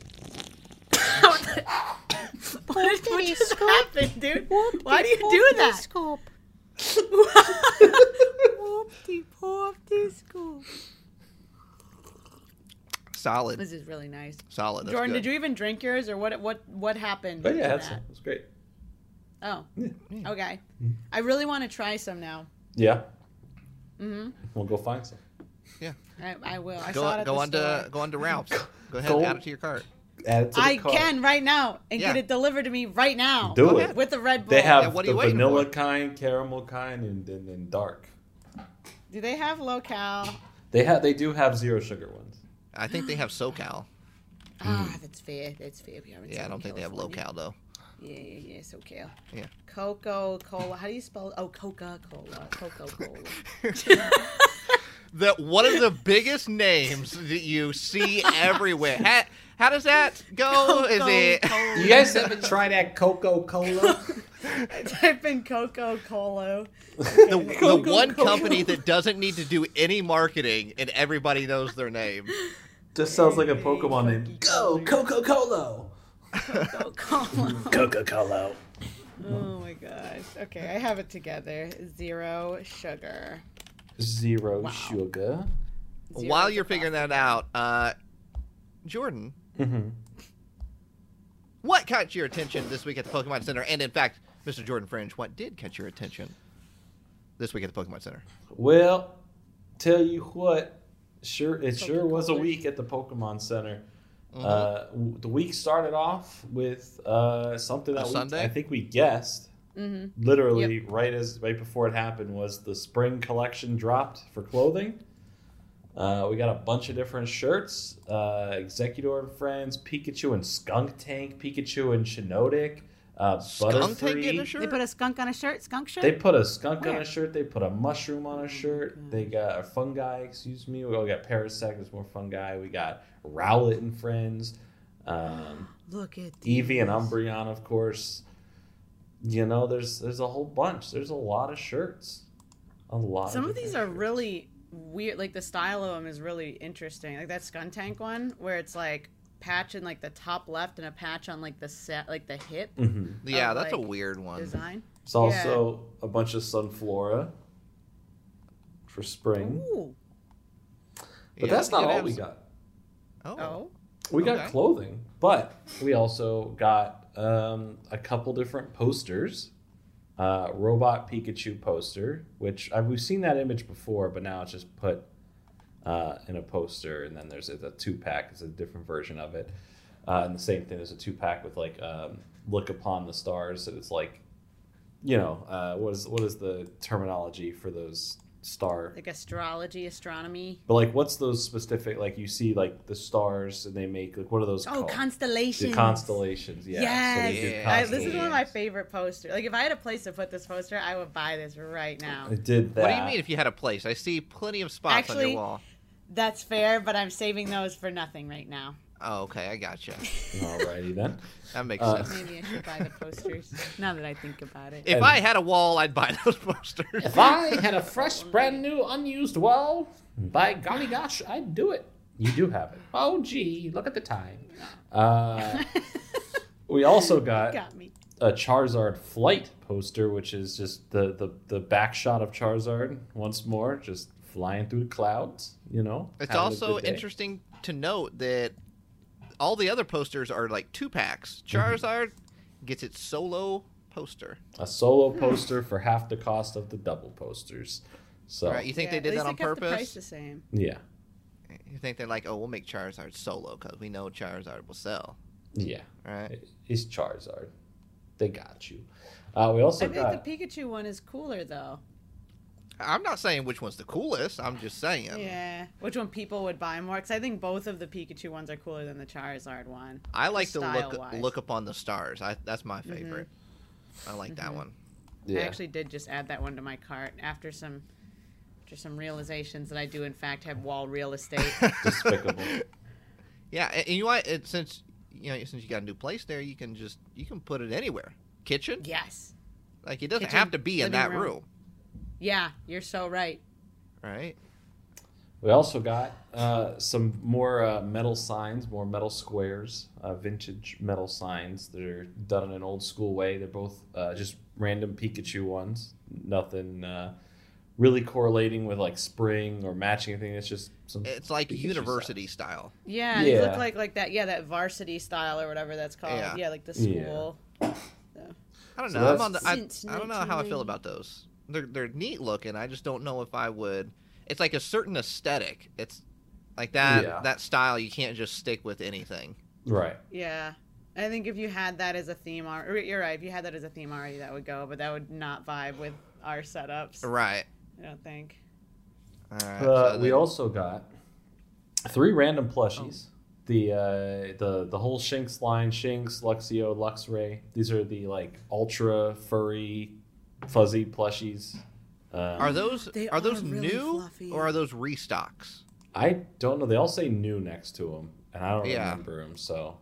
S3: What, what just happened, dude? Why do you do that?
S5: Scoop. Whoopty poopty scoop.
S1: Solid.
S3: This is really nice.
S1: Solid. That's
S3: Jordan,
S1: good.
S3: did you even drink yours, or what? What? What happened?
S2: But
S3: to
S2: Oh, yeah, that's
S3: that?
S2: it. was great.
S3: Oh,
S1: Yeah.
S3: okay. I really want to try some now.
S2: Yeah. We'll go find some.
S1: Yeah.
S3: I, I will. I saw
S1: Go,
S3: it at
S1: go
S3: the
S1: on
S3: store.
S1: to go on to Ralph's. Go ahead
S2: Go-
S1: and add it to your cart.
S2: Add it to the
S3: I
S2: cart.
S3: can right now and
S1: Yeah.
S3: get it delivered to me right now.
S2: do
S1: Okay.
S2: it.
S3: with the Red Bull.
S2: They have
S1: Yeah, what are
S2: the
S1: you waiting
S2: vanilla
S1: for?
S2: kind, caramel kind, and then and, and dark.
S3: Do they have locale?
S2: They have they do have zero sugar ones.
S1: I think they have SoCal.
S3: Ah, that's fair. That's fair. We are in
S1: Mm. Yeah, I
S3: Southern
S1: don't think they have
S3: California.
S1: local though.
S3: Yeah, yeah, yeah. SoCal.
S1: Yeah.
S3: Coca Cola. How do you spell? Oh, Coca Cola. Coca Cola.
S1: that one of the biggest names that you see everywhere. How, how does that go? Is it?
S2: You guys haven't tried that Coca Cola?
S3: Type in Coco Colo.
S1: the, the one company that doesn't need to do any marketing and everybody knows their name.
S2: Just sounds like a Pokemon name. Go Coca Cola.
S3: Coco Colo.
S2: Coca Cola.
S3: Oh my gosh. Okay, I have it together. Zero sugar.
S2: Zero
S3: Wow.
S2: sugar.
S3: Zero
S1: While
S3: is
S1: you're
S3: a
S1: figuring that out, uh, Jordan,
S2: Mm-hmm.
S1: what caught your attention this week at the Pokemon Center? And in fact, Mr. Jordan Fringe, what did catch your attention this week at the Pokemon Center?
S2: Well, tell you what, sure it sure was a
S3: Coca-Cola.
S2: week at the Pokemon Center.
S1: Mm-hmm.
S2: Uh, w- the week started off with uh, something that we,
S1: Sunday?
S2: I think we guessed.
S3: Mhm.
S2: Mm-hmm. Literally, right as right before it happened was the spring collection dropped for clothing. Uh, we got a bunch of different shirts: uh, Executor and Friends, Pikachu and Skunk Tank, Pikachu and Shinodic, uh,
S1: Skunk Tank
S2: Butterfree.
S1: getting a
S5: They
S1: shirt?
S5: put a skunk on a shirt, skunk shirt.
S2: They put a skunk on
S5: Where?
S2: a shirt. They put a mushroom
S3: Oh
S2: on a shirt. They got a fungi. Excuse me. We all got Parasect. There's more fungi. We got Rowlet and friends. Um,
S5: Look at
S2: Eevee and Umbreon, of course. You know, there's there's a whole bunch. There's a lot of shirts. A lot.
S3: Some of
S2: different
S3: these are
S2: shirts.
S3: really weird. Like the style of them is really interesting. Like that Skun Tank one, where it's like patch in like the top left and a patch on like the set, like the hip
S2: Mhm.
S1: Yeah,
S3: of,
S1: that's a
S3: like,
S1: weird one.
S3: design.
S2: It's also a bunch of Sunflora for spring.
S3: Ooh.
S2: But
S1: Yeah,
S2: that's
S1: I think
S2: not
S1: it
S2: all
S1: is.
S2: we got.
S1: Oh.
S3: Oh.
S2: We got
S1: Okay.
S2: clothing, but we also got um, a couple different posters. Uh, robot Pikachu poster, which uh, we've seen that image before, but now it's just put uh, in a poster, and then there's a, two pack. It's a different version of it, uh, and the same thing. There's a two pack with like um, "Look upon the stars," and it's like, you know, uh, what is what is the terminology for those star
S3: Like astrology, astronomy.
S2: but like, what's those specific? Like, you see like the stars, and they make like what are those?
S3: Oh,
S2: called?
S3: constellations.
S2: The constellations. Yeah.
S3: Yes.
S2: they do
S1: Yeah.
S3: I, this is one of my
S1: Constellations.
S3: favorite posters. Like if I had a place to put this poster, I would buy this right now.
S2: I did that.
S1: What do you mean if you had a place? I see plenty of spots on
S3: Actually-
S1: your wall.
S3: That's fair, but I'm saving those for nothing right now.
S1: Oh, okay, I gotcha.
S2: Alrighty then.
S1: That makes
S2: Uh,
S1: sense.
S3: Maybe I should buy the posters. now that I think about it.
S1: If I had a wall, I'd buy those posters.
S2: I had a fresh, brand new, unused wall, by golly gosh, I'd do it. You do have it. Oh gee, look at the time. Uh, we also got
S3: Got me.
S2: a Charizard flight poster, which is just the, the the back shot of Charizard once more, just flying through the clouds. You know.
S1: It's
S2: having a
S1: also
S2: good day.
S1: interesting to note that all the other posters are like two packs.
S2: Mm-hmm.
S1: Charizard gets its solo poster.
S2: a solo poster for half the cost of the double posters. So
S1: Right? You think
S3: Yeah,
S1: they
S3: at
S1: did that
S3: least
S1: on
S3: they kept The price
S1: purpose?
S3: the same.
S2: yeah,
S1: You think they're like, oh, we'll make Charizard solo because we know Charizard will sell,
S2: yeah,
S1: right?
S2: It- it's Charizard. They got you. Uh, we also
S3: I feel like
S2: got
S3: the Pikachu one is cooler though.
S1: I'm not saying which one's the coolest. I'm just saying.
S3: Yeah. Which one people would buy more? Because I think both of the Pikachu ones are cooler than the Charizard one.
S1: I like to look
S3: Style-wise. Mm-hmm.
S1: look upon the stars. I, that's my favorite. I like that one.
S2: yeah.
S3: I actually did just add that one to my cart after some after some realizations that I do in fact have wall real estate.
S2: despicable.
S1: Yeah, and, and you want it since you know since you got a new place there, you can just you can put it anywhere. Kitchen,
S3: yes.
S1: like it doesn't
S3: Kitchen,
S1: have to be in
S3: living
S1: that
S3: room.
S1: room,
S3: Yeah, you're so right.
S1: right?
S2: we also got uh, some more uh, metal signs, more metal squares, uh, vintage metal signs. They're done in an old school way. They're both uh, just random Pikachu ones. Nothing uh, really correlating with like spring or matching anything. It's just some
S1: It's like
S2: Pikachu
S1: university
S2: signs.
S1: style.
S3: Yeah, you
S2: Yeah.
S3: look like like that. Yeah, that varsity style or whatever that's called.
S1: Yeah.
S3: Yeah, like the
S2: Yeah.
S3: school.
S1: I don't
S2: So
S1: know. I'm
S2: that's-
S1: on the, I,
S5: Since
S1: I don't know how I feel
S5: 1990.
S1: about those. They're they're neat looking. I just don't know if I would. It's like a certain aesthetic. It's like that
S2: Yeah.
S1: that style. You can't just stick with anything.
S2: Right.
S3: Yeah. I think if you had that as a theme, al- you're right. If you had that as a theme already, that would go, but that would not vibe with our setups.
S1: Right.
S3: I don't think.
S1: All right.
S2: Uh,
S1: so
S2: we
S1: then- Oh.
S2: also got three random plushies. The uh, the the whole Shinx line, Shinx, Luxio, Luxray. These are the like ultra furry, fuzzy plushies. Um,
S1: Are those
S3: They
S1: are those
S3: are really
S1: new
S3: fluffy.
S1: or are those restocks?
S2: I don't know. They all say new next to them, and I don't
S1: Yeah.
S2: remember them. So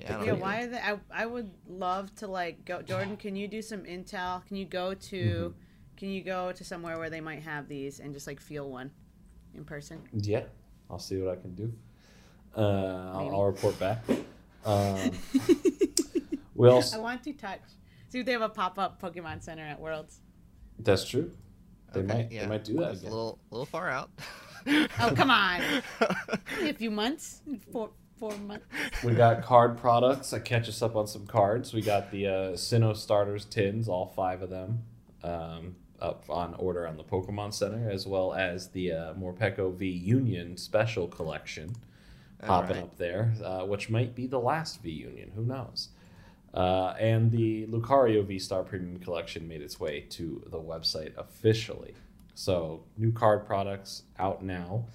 S1: Yeah, I don't
S3: Yeah,
S1: know.
S2: know.
S3: why are they? I, I would love to like go. Jordan, can you do some intel? Can you go to, can you go to somewhere where they might have these and just like feel one, in person?
S2: yeah, I'll see what I can do. Uh, I'll,
S3: Maybe.
S2: I'll report back. Um, we also
S3: I want to touch. See if they have a pop up Pokemon Center at Worlds.
S2: that's true. They
S1: Okay,
S2: might
S1: yeah.
S2: they might do that
S1: It's a
S2: again.
S1: little little far out.
S3: Oh come on! Only a few months, four four months.
S2: We got card products. I catch us up on some cards. We got the uh, Sinnoh starters tins, all five of them, um, up on order on the Pokemon Center, as well as the uh, Morpeko V Union Special Collection popping
S1: Alright.
S2: up there, uh, which might be the last V Union. Who knows? Uh, and the Lucario V Star Premium Collection made its way to the website officially. So, new card products out now.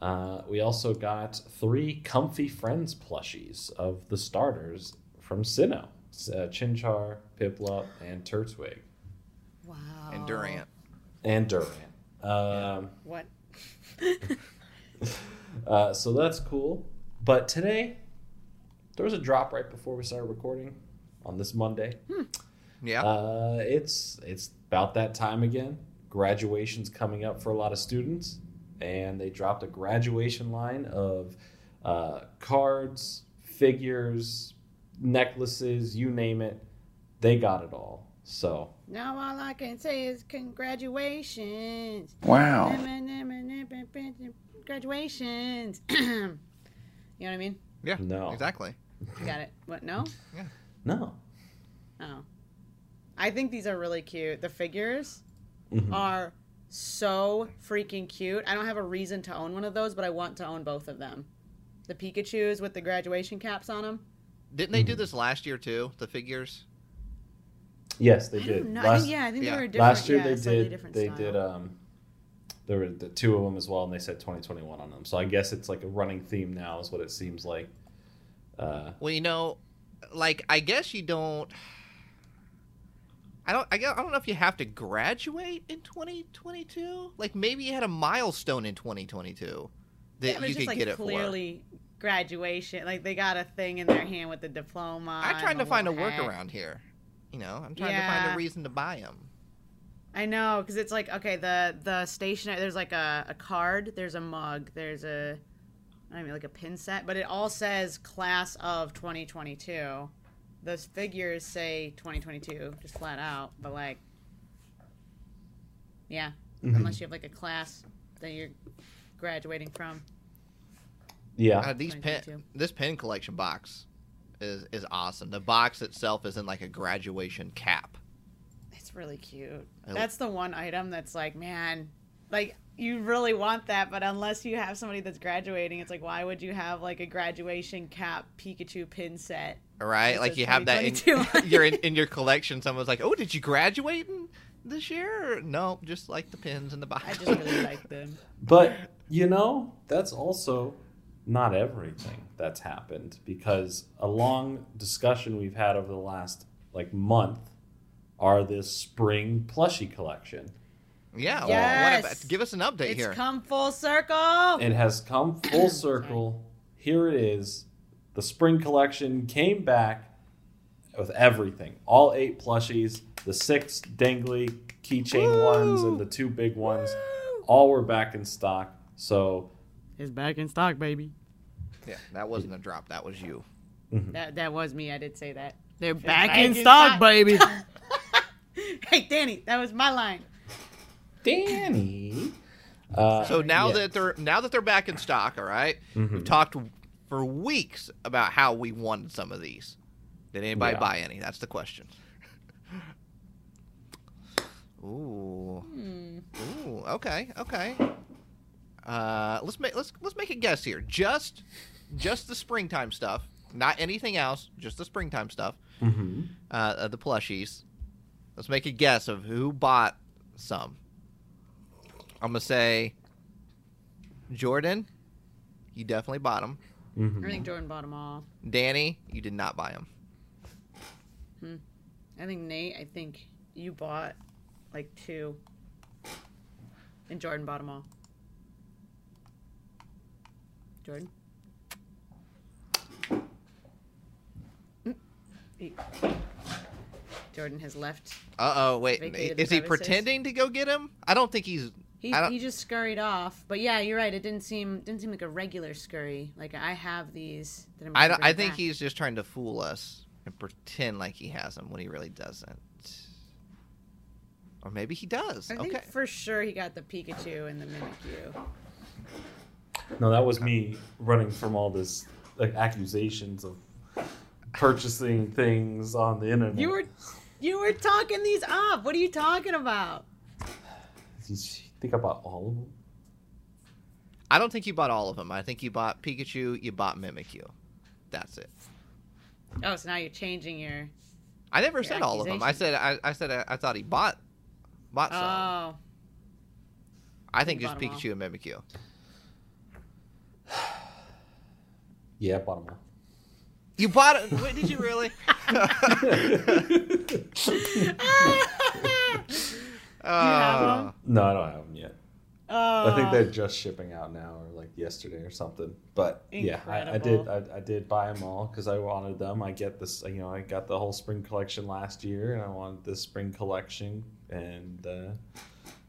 S2: Uh, we also got three Comfy Friends plushies of the starters from Sinnoh It's, uh, Chinchar, Piplup, and Turtwig.
S3: Wow.
S1: and Durant.
S2: And Durant. Um,
S3: What?
S2: uh, so that's cool. But today, there was a drop right before we started recording on this Monday.
S1: Yeah.
S2: Uh, it's it's about that time again. Graduation's coming up for a lot of students, and they dropped a graduation line of uh, cards, figures, necklaces, you name it. They got it all. So
S3: Now all I can say is congratulations.
S6: Wow.
S3: Graduations. you know what I mean?
S1: yeah.
S2: no.
S1: Exactly.
S3: Got it. What? No.
S2: no,
S3: Oh. I think these are really cute. The figures
S2: Mhm.
S3: are so freaking cute. I don't have a reason to own one of those, but I want to own both of them. The Pikachu's with the graduation caps on them.
S1: Didn't
S2: Mm-hmm.
S1: they do this last year too? The figures.
S2: yes, they
S3: I
S2: did.
S3: don't know. I
S2: Last,
S3: think, yeah, I think
S1: yeah.
S3: they were different.
S2: last year
S3: yeah,
S2: they
S3: slightly
S2: did.
S3: different
S2: They
S3: style.
S2: did. Um, there were the two of them as well, and they said 2021 on them. So I guess it's like a running theme now, is what it seems like. Uh,
S1: Well, you know, like I guess you don't. I don't. I, guess, I don't know if you have to graduate in 2022. Like maybe you had a milestone in 2022 that
S3: Yeah, but
S1: you
S3: it's
S1: could
S3: just, like,
S1: get it for.
S3: clearly graduation. Like they got a thing in their hand with the diploma.
S1: I'm
S3: and
S1: trying to
S3: the
S1: find a
S3: little hat.
S1: workaround here. You know, I'm trying to find
S3: Yeah.
S1: a reason to buy them.
S3: I know, because it's like okay, the the stationery. There's like a, a card. There's a mug. There's a I don't mean like a pin set, but it all says class of 2022. Those figures say 2022 just flat out, but like yeah,
S2: Mm-hmm.
S3: unless you have like a class that you're graduating from.
S2: yeah.
S1: Uh, these pen,
S3: 2022.
S1: this pen collection box is is awesome. The box itself is in like a graduation cap.
S3: It's really cute.
S1: I-
S3: That's the one item that's like, man, like you really want that, but unless you have somebody that's graduating, it's like, why would you have like a graduation cap Pikachu pin set?
S1: All right,
S3: It
S1: like
S3: says
S1: you have that in
S3: 2022.
S1: your in, in your collection. Someone's like, "Oh, did you graduate in this year?" Or, No, just like the pins in the box.
S3: I just really like them.
S2: But you know, that's also not everything that's happened because a long discussion we've had over the last like month are this spring plushie collection.
S1: yeah. well,
S3: Yes.
S1: what about- give us an update
S3: It's
S1: here.
S3: come full circle.
S2: It has come full circle. Here it is. The spring collection came back with everything. All eight plushies, the six dangly keychain ones and the two big ones, all were back in stock. So
S3: It's back in stock, baby.
S1: yeah, that wasn't a drop. That was you.
S3: That that was me. I did say that.
S5: They're back,
S3: back
S5: in
S3: in
S5: stock,
S3: stock.
S5: baby.
S3: Hey, Danny, that was my line.
S2: Danny. Uh,
S1: So now
S2: yeah.
S1: that they're now that they're back in stock, all right, We've talked for weeks about how we wanted some of these. Did anybody
S2: Yeah.
S1: buy any? That's the question. Ooh.
S3: Hmm.
S1: Ooh. Okay. Okay. Uh, let's make let's let's make a guess here. Just just the springtime stuff, not anything else. Just the springtime stuff.
S2: Mm-hmm.
S1: Uh, uh, the plushies. Let's make a guess of who bought some. I'm gonna say Jordan. You definitely bought them.
S2: Mm-hmm.
S3: I think Jordan bought them all.
S1: Danny, you did not buy them.
S3: I think Nate. I think you bought like two. And Jordan bought them all. Jordan? Mm. He- Jordan has left.
S1: Uh oh, wait.
S3: Vacated
S1: Is
S3: the
S1: he
S3: premises.
S1: pretending to go get him? I don't think he's.
S3: He,
S1: I don't-
S3: he just scurried off. But yeah, you're right. It didn't seem didn't seem like a regular scurry. Like I have these. That I'm
S1: I,
S3: gonna
S1: don't, I
S3: bring
S1: think
S3: back.
S1: he's just trying to fool us and pretend like he has him when he really doesn't. Or maybe he does.
S3: I
S1: okay.
S3: think for sure he got the Pikachu and the Mimikyu.
S2: No, that was me running from all this like accusations of purchasing things on the internet.
S3: You were you were talking these up. What are you talking about?
S2: You think about all of them?
S1: I don't think you bought all of them. I think you bought Pikachu, you bought Mimikyu. That's it.
S3: Oh, so now you're changing your
S1: I never
S3: Your
S1: said all of them. I said I, I said I, I thought he bought bought some.
S3: Oh.
S1: I think
S3: he
S1: just
S3: bought 'em all.
S1: Pikachu and Mimikyu.
S2: Yeah, I bought them
S1: You bought it? Wait, did you really?
S2: all.
S1: Uh,
S2: no, I don't have them yet.
S3: oh.
S2: I think they're just shipping out now, or like yesterday or something. But yeah, I, I did. I, I did buy them all because I wanted them. I get this. You know, I got the whole spring collection last year, and I wanted this spring collection. And uh,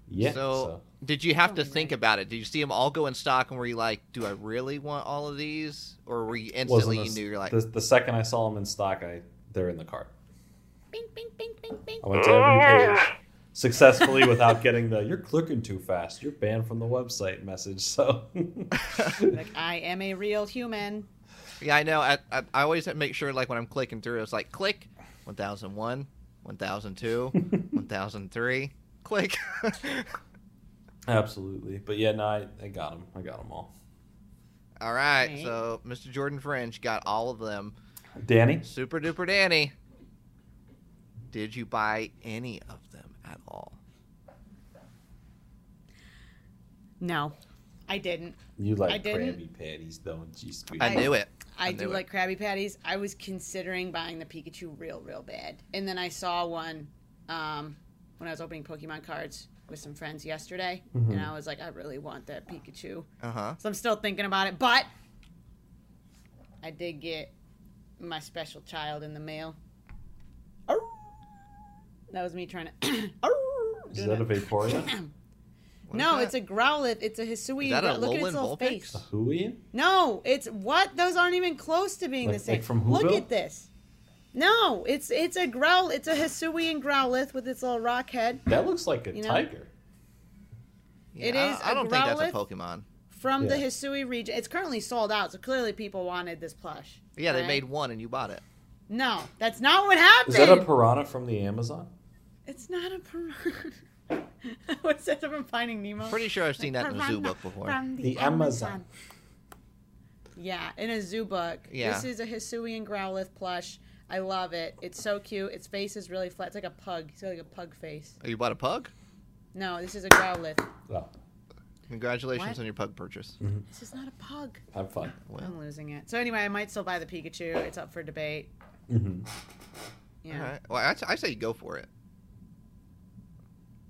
S2: yeah,
S1: so,
S2: so
S1: did you have to
S3: Oh,
S1: think
S3: man.
S1: about it? Did you see them all go in stock, and were you like, "Do I really want all of these?" Or were you
S2: wasn't
S1: instantly you
S2: this-
S1: knew you're like,
S2: the, the second I saw them in stock, I they're in the cart.
S3: Bing, bing, bing, bing, bing.
S2: I went to every page successfully without getting the "you're clicking too fast, you're banned from the website" message. So
S3: Like I am a real human.
S1: "Yeah, I know." I, I I always make sure like when I'm clicking through, it's like click one thousand one, one thousand two, one thousand three, click.
S2: absolutely, but yeah, no, I, I got them. I got them all.
S1: all right,
S3: Right.
S1: so Mr. Jordan Fringe got all of them.
S2: Danny,
S1: Super duper Danny, did you buy any of them at all?
S3: No. I didn't.
S2: you
S3: I
S2: like
S3: didn't.
S2: Krabby Patties, don't you? Sweet.
S1: I, knew it.
S3: I,
S1: I
S3: do
S1: knew it.
S3: like Krabby Patties. I was considering buying the Pikachu real, real bad. And then I saw one um, when I was opening Pokemon cards with some friends yesterday.
S1: Mm-hmm.
S3: And I was like, I really want that Pikachu.
S1: Uh huh.
S3: So I'm still thinking about it, but I did get my special child in the mail. Arr! That was me trying to. Arr!
S2: Is
S3: doing
S2: that a
S3: it.
S2: Vaporeon?
S3: no, it's a Growlithe. It's a Hisuian.
S1: Is that a
S3: Grow- Look at its
S1: Alolan
S3: little
S1: Vulpix?
S3: face.
S2: Huian?
S3: No, it's what? Those aren't even close to being
S2: Like-
S3: the same.
S2: like from
S3: Look
S2: Whoville?
S3: at this. No, it's it's a growl. It's a Hisuian Growlithe with its little rock head
S2: That looks like a
S3: You know?
S2: tiger.
S1: Yeah,
S3: It
S1: I-
S3: is
S1: I,
S3: a
S1: don't think that's a
S3: Growlithe.
S1: Pokemon.
S3: from the
S2: Yeah.
S3: Hisui region. It's currently sold out, so clearly people wanted this plush.
S1: Yeah, they
S3: Right?
S1: made one and you bought it.
S3: No, that's not what happened.
S2: Is that a piranha from the Amazon?
S3: It's not a piranha. What's that from Finding Nemo?
S1: Pretty sure I've seen that in a zoo
S5: Piranha
S1: book before.
S5: From the,
S2: The Amazon.
S5: Amazon.
S3: yeah, in a zoo book.
S1: Yeah.
S3: This is a Hisuian Growlithe plush. I love it. It's so cute. Its face is really flat. It's like a pug. It's got like a pug face.
S1: Oh, you bought a pug?
S3: No, this is a Growlithe.
S2: Oh,
S1: Congratulations
S3: What? Oh,
S1: on your pug purchase.
S3: This is not a pug.
S2: have fun.
S1: Well,
S3: I'm losing it. So anyway, I might still buy the Pikachu. It's up for debate.
S2: Mhm.
S3: Yeah.
S1: all right. Well, I, I say you go for it.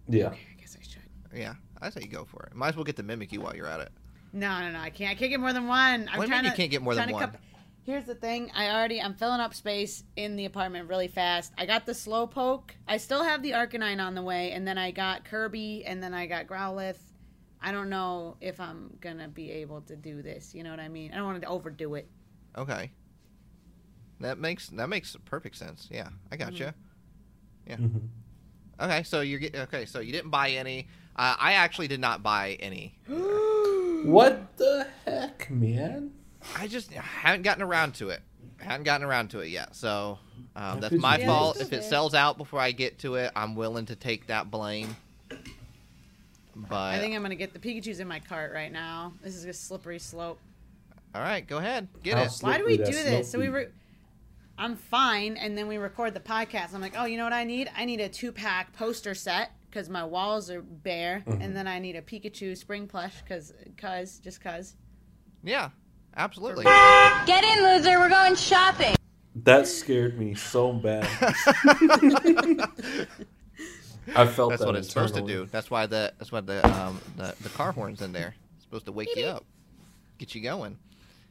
S2: Yeah.
S3: I guess I should.
S1: Yeah, I say you go for it. Might as well get the Mimikyu while you're at it.
S3: No, no, no. I can't. I can't get more than one. I'm
S1: What do you mean
S3: trying
S1: you
S3: to-
S1: can't get more than
S3: trying to
S1: one?
S3: cup- Here's the thing. I already I'm filling up space in the apartment really fast. I got the Slowpoke. I still have the Arcanine on the way, and then I got Kirby, and then I got Growlithe. I don't know if I'm gonna be able to do this. You know what I mean? I don't want to overdo it.
S1: Okay. That makes that makes perfect sense. Yeah, I gotcha. Yeah.
S2: Mhm.
S3: Mm-hmm.
S1: Okay, so you're get, okay. So you didn't buy any. Uh, I actually did not buy any.
S2: What the heck, man?
S1: I just haven't gotten around to it. Haven't gotten around to it yet. So um, that's
S2: could
S1: my
S2: you do?
S1: fault.
S3: Yeah, it's
S1: If it
S3: okay.
S1: sells out before I get to it, I'm willing to take that blame. But
S3: I think I'm gonna get the Pikachu's in my cart right now. This is a slippery slope.
S1: all right, go ahead, get
S2: How
S1: it.
S2: slow-
S3: Why do we do
S2: Slippery, that
S3: this? So we
S2: slippery.
S3: re- I'm fine, and then we record the podcast. I'm like, oh, you know what I need? I need a two pack poster set because my walls are bare, and then I need a Pikachu spring plush because, cause, just cause.
S1: Yeah, absolutely.
S6: Get in, loser. We're going shopping.
S2: That scared me so bad. I felt
S1: That's
S2: that
S1: what it's supposed to
S2: internally.
S1: do. That's why the that's why the um the, the car horn's in there. It's supposed to wake you up, get you going.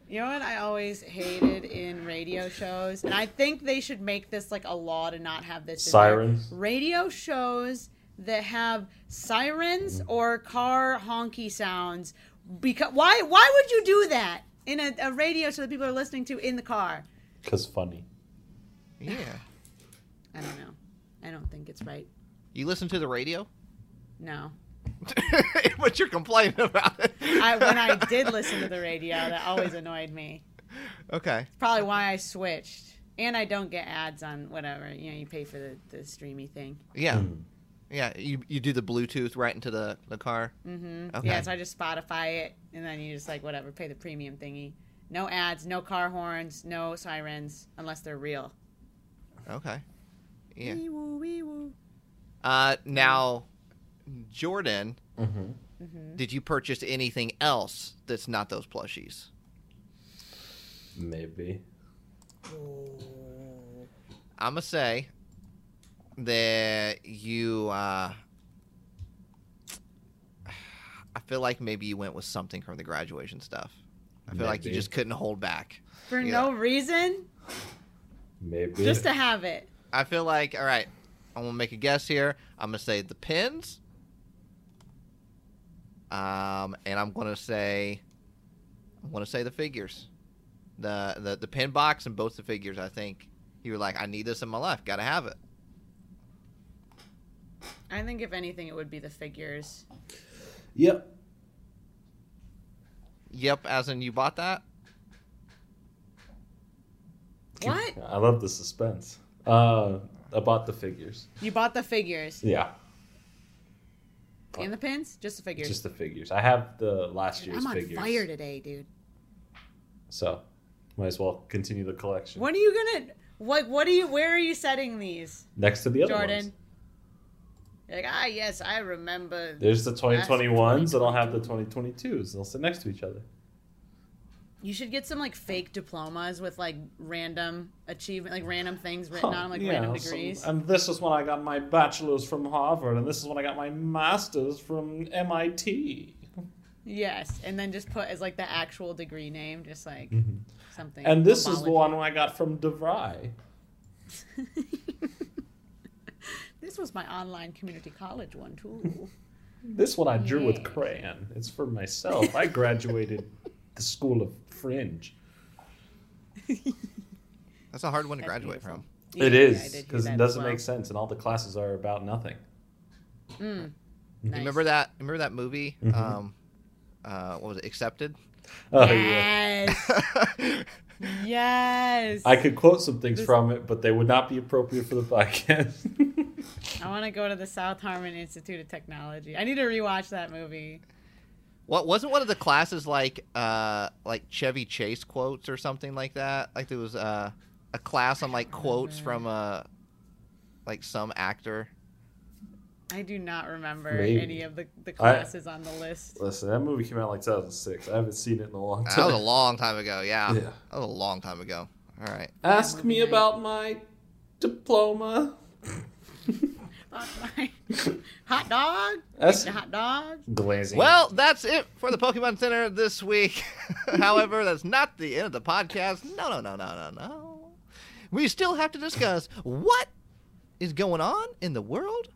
S3: You know what I always hated in radio shows, and I think they should make this like a law to not have this. in there.
S2: Sirens.
S3: Radio shows that have sirens or car honky sounds. Because why? Why would you do that in a, a radio show that people are listening to in the car?
S2: Because funny.
S1: Yeah.
S3: I don't know. I don't think it's right.
S1: You listen to the radio?
S3: No.
S1: but you're complaining about it.
S3: I, when I did listen to the radio, that always annoyed me.
S1: Okay.
S3: Probably why I switched. And I don't get ads on whatever. You know, you pay for the, the streamy thing.
S1: Yeah.
S2: Mm-hmm.
S1: Yeah. You you do the Bluetooth right into the the car. Mm-hmm. Okay.
S3: Yeah, so I just Spotify it, and then you just like whatever, pay the premium thingy. No ads, no car horns, no sirens, unless they're real.
S1: okay. Yeah.
S5: Wee woo, wee woo.
S1: Uh, now, Jordan,
S2: Mm-hmm.
S1: did you purchase anything else that's not those plushies?
S2: Maybe.
S1: I'm gonna say that you. Uh, I feel like maybe you went with something from the graduation stuff. I feel like you
S2: Maybe.
S1: just couldn't hold back.
S3: For
S1: Yeah.
S3: no reason,
S2: Maybe.
S3: just to have it.
S1: I feel like, all right, I'm gonna make a guess here. I'm gonna say the pins. Um, and I'm gonna say, I'm gonna say the figures, the the the pin box and both the figures. I think you were like, I need this in my life, gotta have it.
S3: I think if anything, it would be the figures.
S2: Yep.
S1: Yep, as in you bought that.
S3: What?
S2: I love the suspense. Uh, I bought the figures.
S3: You bought the figures
S2: Yeah,
S3: and the pins? Just the figures.
S2: just the figures. I have the last year's
S3: I'm on
S2: figures.
S3: fire today, dude.
S2: So, might as well continue the collection.
S3: When are you gonna? What? What are you? Where are you setting these,
S2: Next to the other
S3: Jordan?
S2: ones.
S3: You're like, ah, yes, I remember.
S2: There's the 2021s, and I'll have the 2022s. They'll sit next to each other.
S3: You should get some like fake diplomas with like random achievement, like random things written on 'em, like random
S2: so-
S3: degrees.
S2: and this is when I got my bachelor's from Harvard, and this is when I got my master's from MIT.
S3: yes, and then just put as like the actual degree name, just like something.
S2: Mm-hmm. And this is the
S3: homology.
S2: one I got from DeVry.
S3: This was my online community college one too.
S2: This one I drew with crayon. It's for myself. I graduated the School of Fringe.
S1: That's a hard one to
S3: That's
S1: graduate
S3: beautiful.
S1: from.
S3: Yeah,
S2: it
S3: yeah, I
S2: is
S3: did hear
S2: because
S3: that
S2: it
S3: as
S2: doesn't
S3: well.
S2: make sense, and all the classes are about nothing.
S3: Nice.
S1: Remember that? Remember that movie? Um, uh, what was it? Accepted.
S2: Oh yeah,
S3: Yes, yes.
S2: I could quote some things from it, but they would not be appropriate for the podcast.
S3: I want to go to the South Harmon Institute of Technology. I need to rewatch that movie.
S1: What wasn't one of the classes like uh like Chevy Chase quotes or something like that? Like there was uh, a class on like quotes from uh like some actor.
S3: I do not remember
S2: Maybe.
S3: any of the, the classes on the list.
S2: Listen, that movie came out like 2006. I haven't seen it in a long
S1: That was a
S2: time.
S1: long time ago. Yeah.
S2: Yeah.
S1: that was a long time ago. All right.
S2: Ask
S3: Movie
S2: me
S3: night.
S2: about my diploma.
S3: hot dog.
S2: That's
S3: hot dog.
S2: glazing.
S1: Well, that's it for the Pokemon Center this week. However, that's not the end of the podcast. No, no, no, no, no, no. We still have to discuss what is going on in the world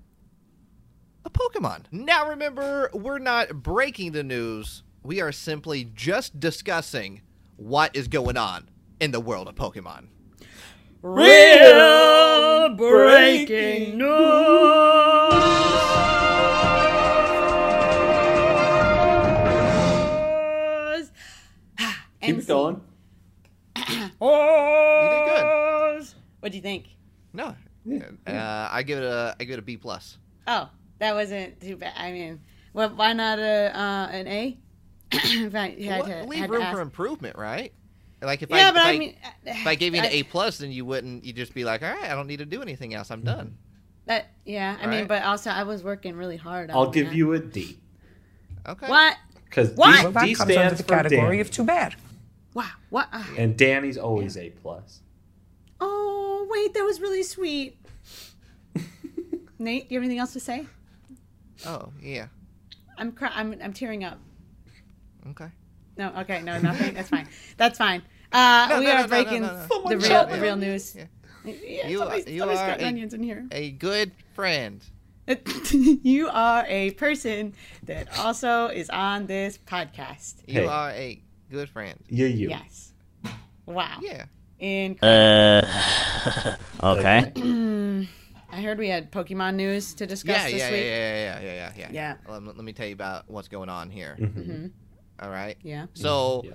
S1: of Pokemon. Now, remember, we're not breaking the news. We are simply just discussing what is going on in the world of Pokemon.
S2: real breaking
S3: news.
S2: Keep it going.
S1: You did good.
S3: What do you think?
S1: No, uh, I give it a I give it a B plus.
S3: Oh, that wasn't too bad. I mean, well, why not a uh, an A? In fact, you had
S1: Well,
S3: to-
S1: leave
S3: had to
S1: room
S3: ask.
S1: for improvement, right? Like if
S3: Yeah,
S1: I,
S3: but
S1: if
S3: I, mean,
S1: if I gave you an
S3: I-
S1: A plus, then you wouldn't. You'd just be like, all right, I don't need to do anything else. I'm done.
S3: That yeah, I mean,
S1: Right.
S3: but also I was working really hard. on
S2: I'll give
S3: that.
S2: you a D.
S1: Okay.
S3: what?
S2: Because D,
S3: What?
S2: D
S3: Well,
S7: that comes
S2: stands
S7: under the
S2: for
S7: category
S2: Danny.
S7: of too bad.
S3: Wow, what? Uh,
S2: And Danny's always A plus.
S3: oh wait, that was really sweet. Nate, do you have anything else to say?
S1: Oh, yeah.
S3: I'm cry- I'm I'm tearing up.
S1: Okay.
S3: No, okay, no, nothing. That's fine. That's fine. Uh,
S1: No,
S3: we
S1: no,
S3: are
S1: no, no, no,
S3: breaking
S1: no.
S3: the real
S1: chopped
S3: the
S1: my
S3: real news.
S1: Yeah.
S3: Yeah,
S1: You
S3: somebody's-
S1: are- you
S3: somebody's
S1: are
S3: cutting
S1: a-
S3: onions in here.
S1: A good friend.
S3: you are a person that also is on this podcast.
S1: You
S2: Hey.
S1: are a good friend.
S2: Yeah, you.
S3: Yes. Wow.
S1: Yeah.
S3: And
S7: Okay.
S3: I heard we had Pokemon news to discuss
S1: Yeah,
S3: this
S1: yeah, yeah,
S3: week.
S1: yeah, yeah, yeah, yeah, yeah,
S3: Yeah. Mm-hmm.
S1: Let, me- let me tell you about what's going on here.
S2: Mhm.
S1: All right.
S3: Yeah.
S1: So,
S2: Mm-hmm. Yeah.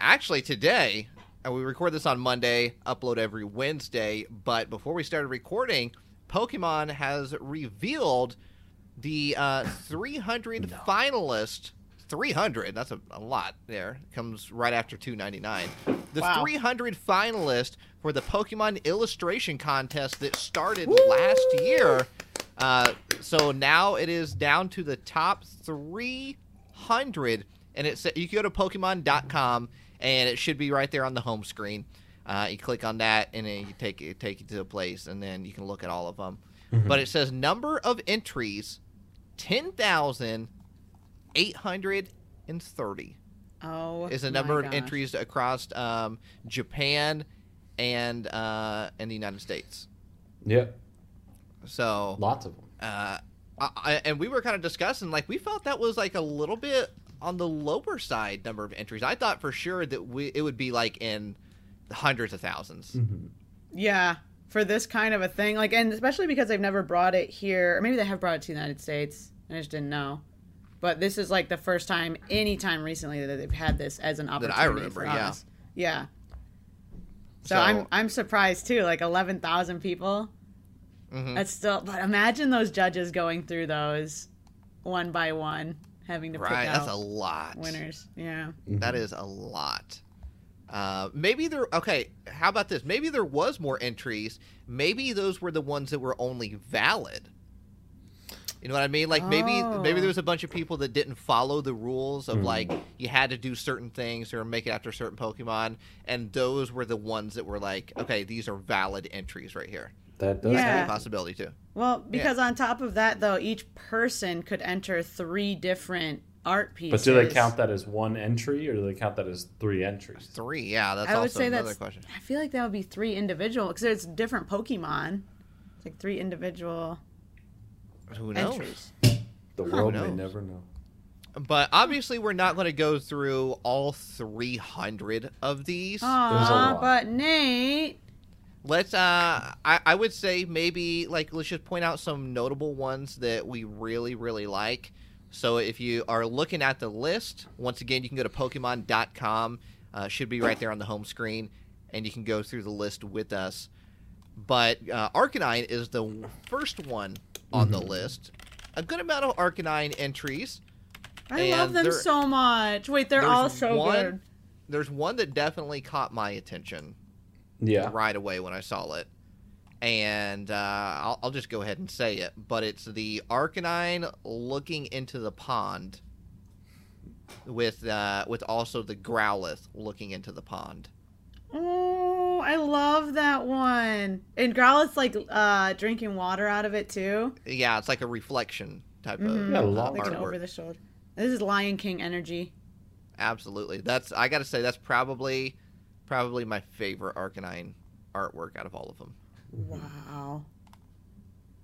S1: actually, today, and we record this on Monday, upload every Wednesday. But before we started recording, Pokemon has revealed the uh, 300 finalists. 300, that's a, a lot there. Comes right after 299. The
S3: Wow.
S1: 300 finalists for the Pokemon illustration contest that started last year. Uh, so now it is down to the top 300 and it's you can go to pokemon.com and it should be right there on the home screen uh, you click on that and then you take it take you to the place and then you can look at all of them but it says number of entries 10,830
S3: Oh.
S1: is the
S3: my
S1: number of
S3: gosh.
S1: entries across um, Japan and uh, and the United States
S2: Yep.
S1: so
S2: Lots of them.
S1: uh, I, I- and we were kind of discussing like we felt that was like a little bit on the lower side number of entries. I thought for sure that we it would be like in the hundreds of 1000s
S3: Yeah. For this kind of a thing. Like and especially because they've never brought it here or maybe they have brought it to the United States. I just didn't know. But this is like the first time any time recently that they've had this as an
S1: I
S3: opportunity.
S1: remember,
S3: for
S1: yeah.
S3: us. Yeah. So,
S1: So-
S3: I'm I'm surprised too. Like eleven thousand people.
S1: Mm-hmm.
S3: That's still. But imagine those judges going through those one by one, having to
S1: Right,
S3: pick
S1: that's a
S3: out
S1: lot.
S3: winners. Yeah.
S1: That is a lot. Uh, maybe there. Okay, how about this? Maybe there was more entries. Maybe those were the ones that were only valid. You know what I mean? Like maybe maybe
S3: Oh.
S1: there was a bunch of people that didn't follow the rules
S3: Hmm.
S1: of like you had to do certain things or make it after certain Pokemon, and those were the ones that were like, okay, these are valid entries right here.
S2: That does.
S3: Yeah.
S1: That's a possibility too.
S3: Well, because on top of that, though, each person could enter three different art
S2: But
S3: pieces.
S2: do they count that as one entry or do they count that as three entries?
S1: Three, yeah, that's
S3: I would
S1: also
S3: say
S1: another
S3: that's.
S1: question.
S3: I feel like that would be three individual because it's different Pokemon. It's like three individual
S1: Who knows?
S3: entries.
S2: The world may
S1: knows?
S2: never know.
S1: But obviously, we're not going to go through all 300 of these.
S3: Aw,
S2: lot.
S3: but Nate.
S1: Let's, uh, I, I would say maybe, like, let's just point out some notable ones that we really, really like. So if you are looking at the list, once again, you can go to Pokemon.com. Uh, should be right there on the home screen, and you can go through the list with us. But uh, Arcanine is the first one on the list. A good amount of Arcanine entries.
S3: I
S1: And
S3: love them
S1: there-
S3: so much. Wait, they're
S1: There's
S3: all so
S1: one-
S3: good.
S1: There's one that definitely caught my attention
S2: Yeah.
S1: right away when I saw it, and uh, I'll, I'll just go ahead and say it. But it's the Arcanine looking into the pond, with uh, with also the Growlithe looking into the pond.
S3: Oh, I love that one. And Growlithe's like uh, drinking water out of it too,
S1: Yeah, it's like a reflection type
S3: Mhm.
S2: Yeah,
S1: of uh,
S2: lots.
S3: like an
S1: artwork.
S3: over the shoulder. This is Lion King energy.
S1: Absolutely, that's I gotta say that's probably probably my favorite Arcanine artwork out of all of them.
S3: Wow.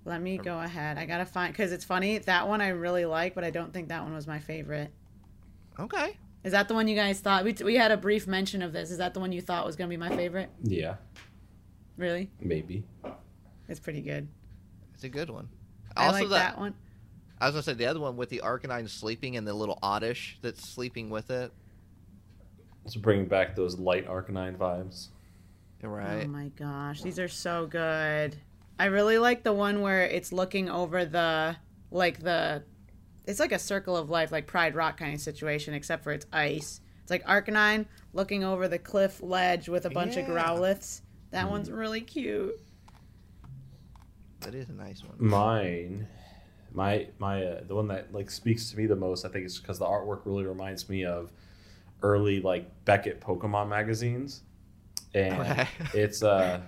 S3: Let me go ahead. I gotta find because it's funny that one I really like, but I don't think that one was my favorite.
S1: Okay,
S3: Is that the one you guys thought we we had a brief mention of this? Is that the one you thought was gonna be my favorite?
S2: Yeah.
S3: Really,
S2: Maybe.
S3: it's pretty good.
S1: it's a good one.
S3: I like
S1: the-
S3: that one.
S1: I was gonna say the other one with the Arcanine sleeping and the little Oddish that's sleeping with it.
S2: Let's bring back those light Arcanine vibes.
S1: Right.
S3: Oh my gosh, these are so good. I really like the one where it's looking over the like the it's like a circle of life, like Pride Rock kind of situation, except for it's ice. It's like Arcanine looking over the cliff ledge with a bunch of
S1: Yeah.
S3: Growliths. That one's really cute.
S1: That is a nice
S2: Mm.
S1: one.
S2: Mine, my my uh, the one that like speaks to me the most, I think, is because the artwork really reminds me of early like Beckett Pokemon magazines, and
S1: Okay.
S2: it's uh,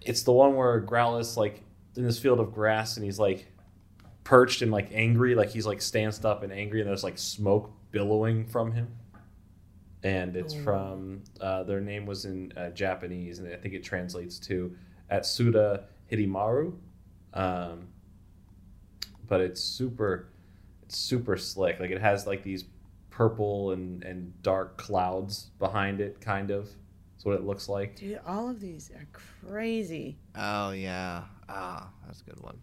S2: it's the one where Growlithe like in this field of grass, and he's like perched and like angry, like he's like stanced up and angry, and there's like smoke billowing from him. And it's from uh, their name was in uh, Japanese, and I think it translates to Atsuda Hidimaru. Um, but it's super, it's super slick. Like it has like these purple and and dark clouds behind it, kind of. That's what it looks like.
S3: Dude, all of these are crazy.
S1: Oh yeah. Ah, that's a good one.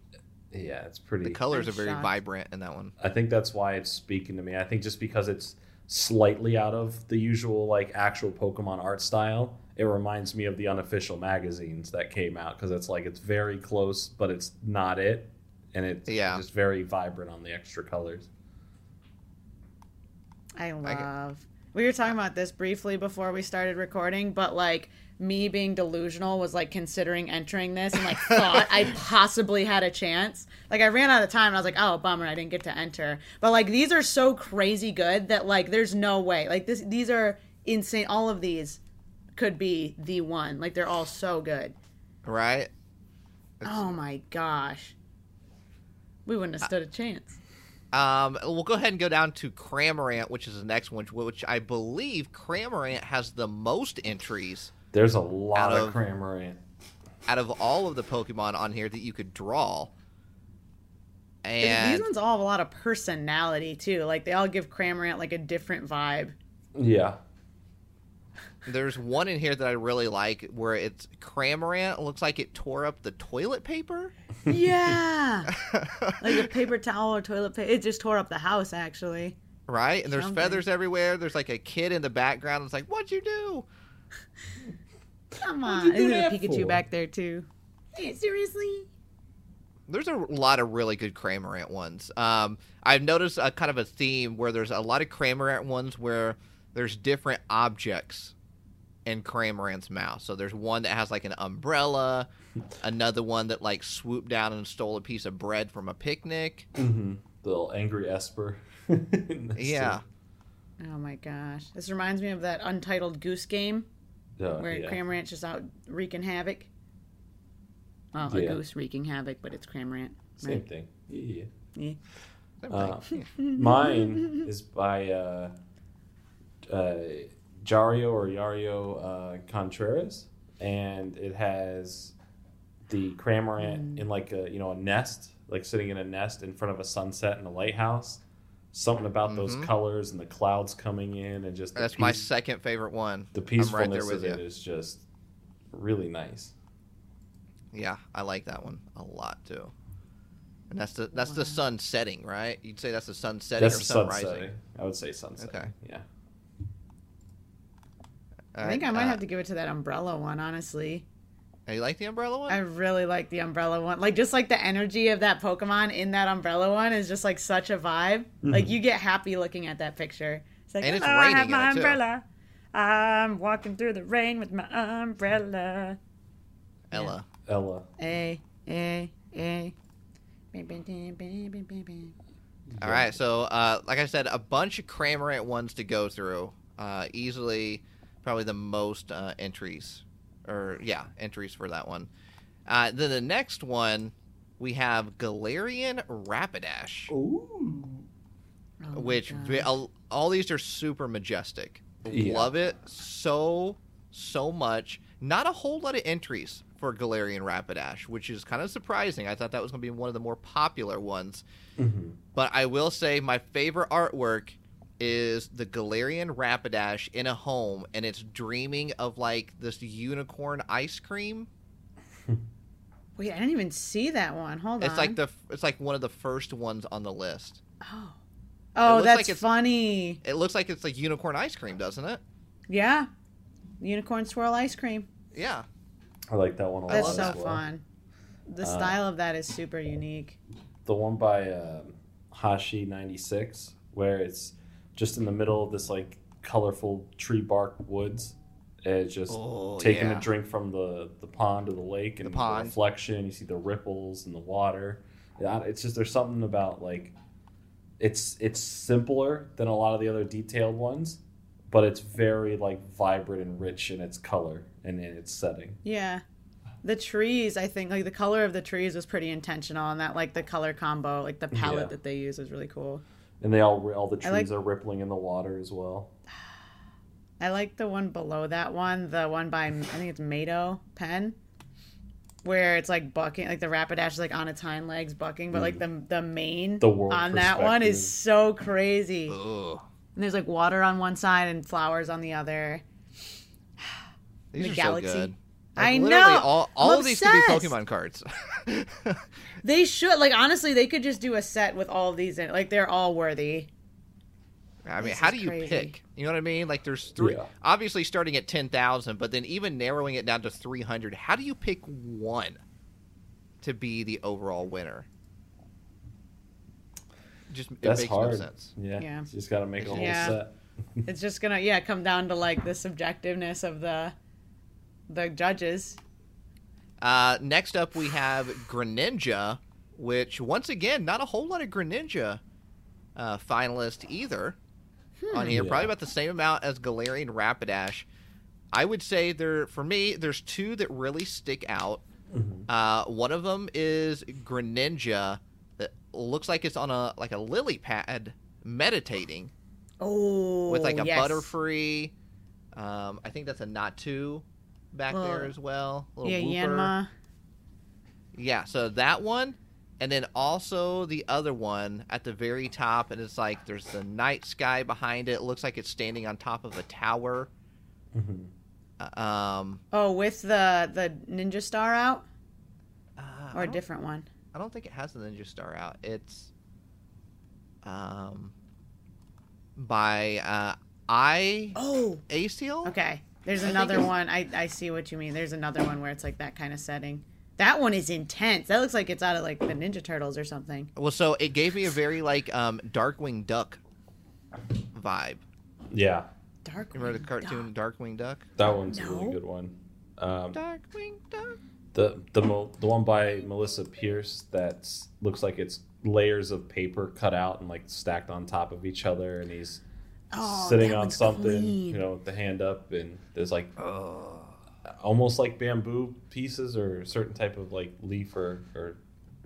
S2: Yeah, it's pretty.
S1: The colors
S3: I'm
S1: are very
S3: shocked.
S1: vibrant in that one.
S2: I think that's why it's speaking to me. I think just because it's slightly out of the usual like actual Pokemon art style, it reminds me of the unofficial magazines that came out because it's like it's very close, but it's not it, and it's
S1: Yeah.
S2: just very vibrant on the extra colors.
S3: I love. We were talking about this briefly before we started recording, but like me being delusional was like considering entering this and like thought I possibly had a chance. Like I ran out of time and I was like, oh bummer, I didn't get to enter. But like these are so crazy good that like there's no way. Like this these are insane. All of these could be the one. Like they're all so good.
S1: Right?
S3: Oh my gosh. We wouldn't have stood a chance.
S1: Um, we'll go ahead and go down to Cramorant, which is the next one, which I believe Cramorant has the most entries
S2: There's a lot
S1: Out
S2: of
S1: of-
S2: Cramorant.
S1: out of all of the Pokemon on here that you could draw.
S3: These
S1: And
S3: ones all have a lot of personality too. Like they all give Cramorant like a different vibe.
S2: Yeah,
S1: there's one in here that I really like where it's Cramorant looks like it tore up the toilet paper.
S3: Yeah. like a paper towel or toilet paper. It just tore up the house, actually.
S1: Right? And there's
S3: Something.
S1: feathers everywhere. There's like a kid in the background. It's like, what'd you do?
S3: Come on.
S2: do
S3: There's a
S2: that
S3: Pikachu
S2: for?
S3: back there, too. Yeah, seriously?
S1: There's a lot of really good Cramorant ones. Um, I've noticed a kind of a theme where there's a lot of Cramorant ones where there's different objects in Cramorant's mouth. So there's one that has like an umbrella, another one that like swooped down and stole a piece of bread from a picnic.
S2: mm-hmm. the little angry Esper. That's
S1: Yeah.
S3: Oh my gosh. This reminds me of that Untitled Goose game
S2: it. Oh,
S3: where
S2: yeah.
S3: Cramorant's just out wreaking havoc. Well, a
S2: Yeah.
S3: goose wreaking havoc, but it's Cramorant.
S2: Same
S3: Right?
S2: thing. Yeah.
S3: Yeah.
S2: Uh, mine is by uh, uh, Jario or Yario uh, Contreras, and it has the Cramorant in like a you know a nest, like sitting in a nest in front of a sunset in a lighthouse. Something about those colors and the clouds coming in, and just the
S1: Mm-hmm. That's my
S2: peace-
S1: second favorite one.
S2: the
S1: I'm right there
S2: peacefulness
S1: with
S2: of it
S1: you.
S2: is just really nice.
S1: Yeah, I like that one a lot too. And that's the that's the sun setting, right? You'd say that's the sun setting
S2: That's
S1: or
S2: the
S1: sun
S2: sunset.
S1: rising.
S2: I would say sunset.
S1: Okay.
S2: Yeah.
S3: I think I uh, might have to give it to that umbrella one, honestly.
S1: uh, You like the umbrella one?
S3: I really like the umbrella one. Like just like the energy of that Pokemon in that umbrella one is just like such a vibe. Like you get happy looking at that picture. It's like
S1: And it's
S3: "Hello, I
S1: raining
S3: have
S1: in
S3: my
S1: it, too."
S3: umbrella. I'm walking through the rain with my umbrella.
S1: Ella.
S2: Ella.
S3: Hey, hey, hey. That's
S1: All right, so uh, like I said, a bunch of Cramorant ones to go through. Uh, easily, probably the most uh, entries, or yeah, entries for that one. Uh, then the next one, we have Galarian Rapidash,
S3: Oh
S1: which ve- all, all these are super majestic.
S2: Yeah.
S1: Love it so so much. Not a whole lot of entries for Galarian Rapidash, which is kind of surprising. I thought that was going to be one of the more popular ones. But I will say my favorite artwork is the Galarian Rapidash in a home, and it's dreaming of like this unicorn ice cream.
S3: Wait, I didn't even see that one. Hold on.
S1: It's like the it's like one of the first ones on the list. it
S3: Oh,
S1: looks
S3: that's
S1: like it's-
S3: funny.
S1: It looks like it's like unicorn ice cream, doesn't it?
S3: Yeah. Unicorn swirl ice cream.
S1: Yeah.
S2: I like that one a
S3: That's
S2: lot.
S3: so
S2: as well.
S3: fun. The style of that is super unique.
S2: the one by um Hashi ninety six, where it's just in the middle of this like colorful tree bark woods, and it's just
S1: Oh,
S2: taking
S1: yeah.
S2: a drink from the the pond or the lake and
S1: The pond.
S2: reflection. You see the ripples in the water. Yeah, It's just there's something about like it's it's simpler than a lot of the other detailed ones, but it's very like vibrant and rich in its color and in its setting.
S3: Yeah. the trees, I think, like the color of the trees was pretty intentional, and that like the color combo, like the palette
S2: Yeah.
S3: that they use, was really cool.
S2: And they all all the trees
S3: I like-
S2: are rippling in the water as well.
S3: I like the one below that one, the one by I think it's Mado Pen, where it's like bucking, like the Rapidash is like on its hind legs bucking, but like the the mane
S2: Mm. The world
S3: on that one
S2: perspective.
S3: is so crazy.
S1: Ugh.
S3: And there's like water on one side and flowers on the other.
S1: These
S3: The
S1: are
S3: galaxy.
S1: so good.
S3: I
S1: literally
S3: know.
S1: All,
S3: I'm
S1: all of these could be
S3: obsessed.
S1: Pokemon cards.
S3: They should like honestly, they could just do a set with all of these in. it. Like they're all worthy.
S1: I mean,
S3: This
S1: how
S3: is
S1: do you
S3: crazy.
S1: pick? You know what I mean? Like, there's three.
S2: Yeah.
S1: Obviously, starting at ten thousand, but then even narrowing it down to three hundred. How do you pick one to be the overall winner? Just it
S2: That's
S1: makes
S2: hard.
S1: no sense.
S2: Yeah.
S3: Yeah.
S2: You just got to make a whole
S3: Yeah.
S2: set.
S3: It's just gonna yeah come down to like the subjectiveness of the the judges.
S1: Uh, next up, we have Greninja, which once again, not a whole lot of Greninja uh, finalists either on here.
S2: Yeah.
S1: Probably about the same amount as Galarian Rapidash. I would say there, for me, there's two that really stick out. Uh, one of them is Greninja that looks like it's on a like a lily pad meditating
S3: Oh,
S1: with like a
S3: yes.
S1: butterfree. Um, I think that's a Natu back there
S3: Little-
S1: as well. Little
S3: Yeah,
S1: whooper.
S3: Yanma.
S1: Yeah, so that one, and then also the other one at the very top, and it's like there's the night sky behind it. It looks like it's standing on top of a tower.
S2: Mm-hmm.
S1: Uh, Um,
S3: Oh, with the the ninja star out
S1: uh,
S3: or
S1: I,
S3: a
S1: don't,
S3: different one.
S1: I don't think it has the ninja star out. It's um by uh, I
S3: Oh,
S1: Acel.
S3: okay. There's
S1: think
S3: another
S1: it's-
S3: one. I I see what you mean. There's another one where it's like that kind of setting. That one is intense. That looks like it's out of like the Ninja Turtles or something.
S1: Well, so it gave me a very like um Darkwing Duck vibe.
S2: Yeah.
S3: Dark.
S1: You remember the cartoon Darkwing Duck?
S2: That one's a really
S3: No.
S2: good one. Um,
S1: Darkwing Duck.
S2: the the mo- the one by Melissa Pierce that looks like it's layers of paper cut out and like stacked on top of each other, and he's sitting on something, you know, with the hand up, and there's like almost like bamboo pieces or a certain type of like leaf or, or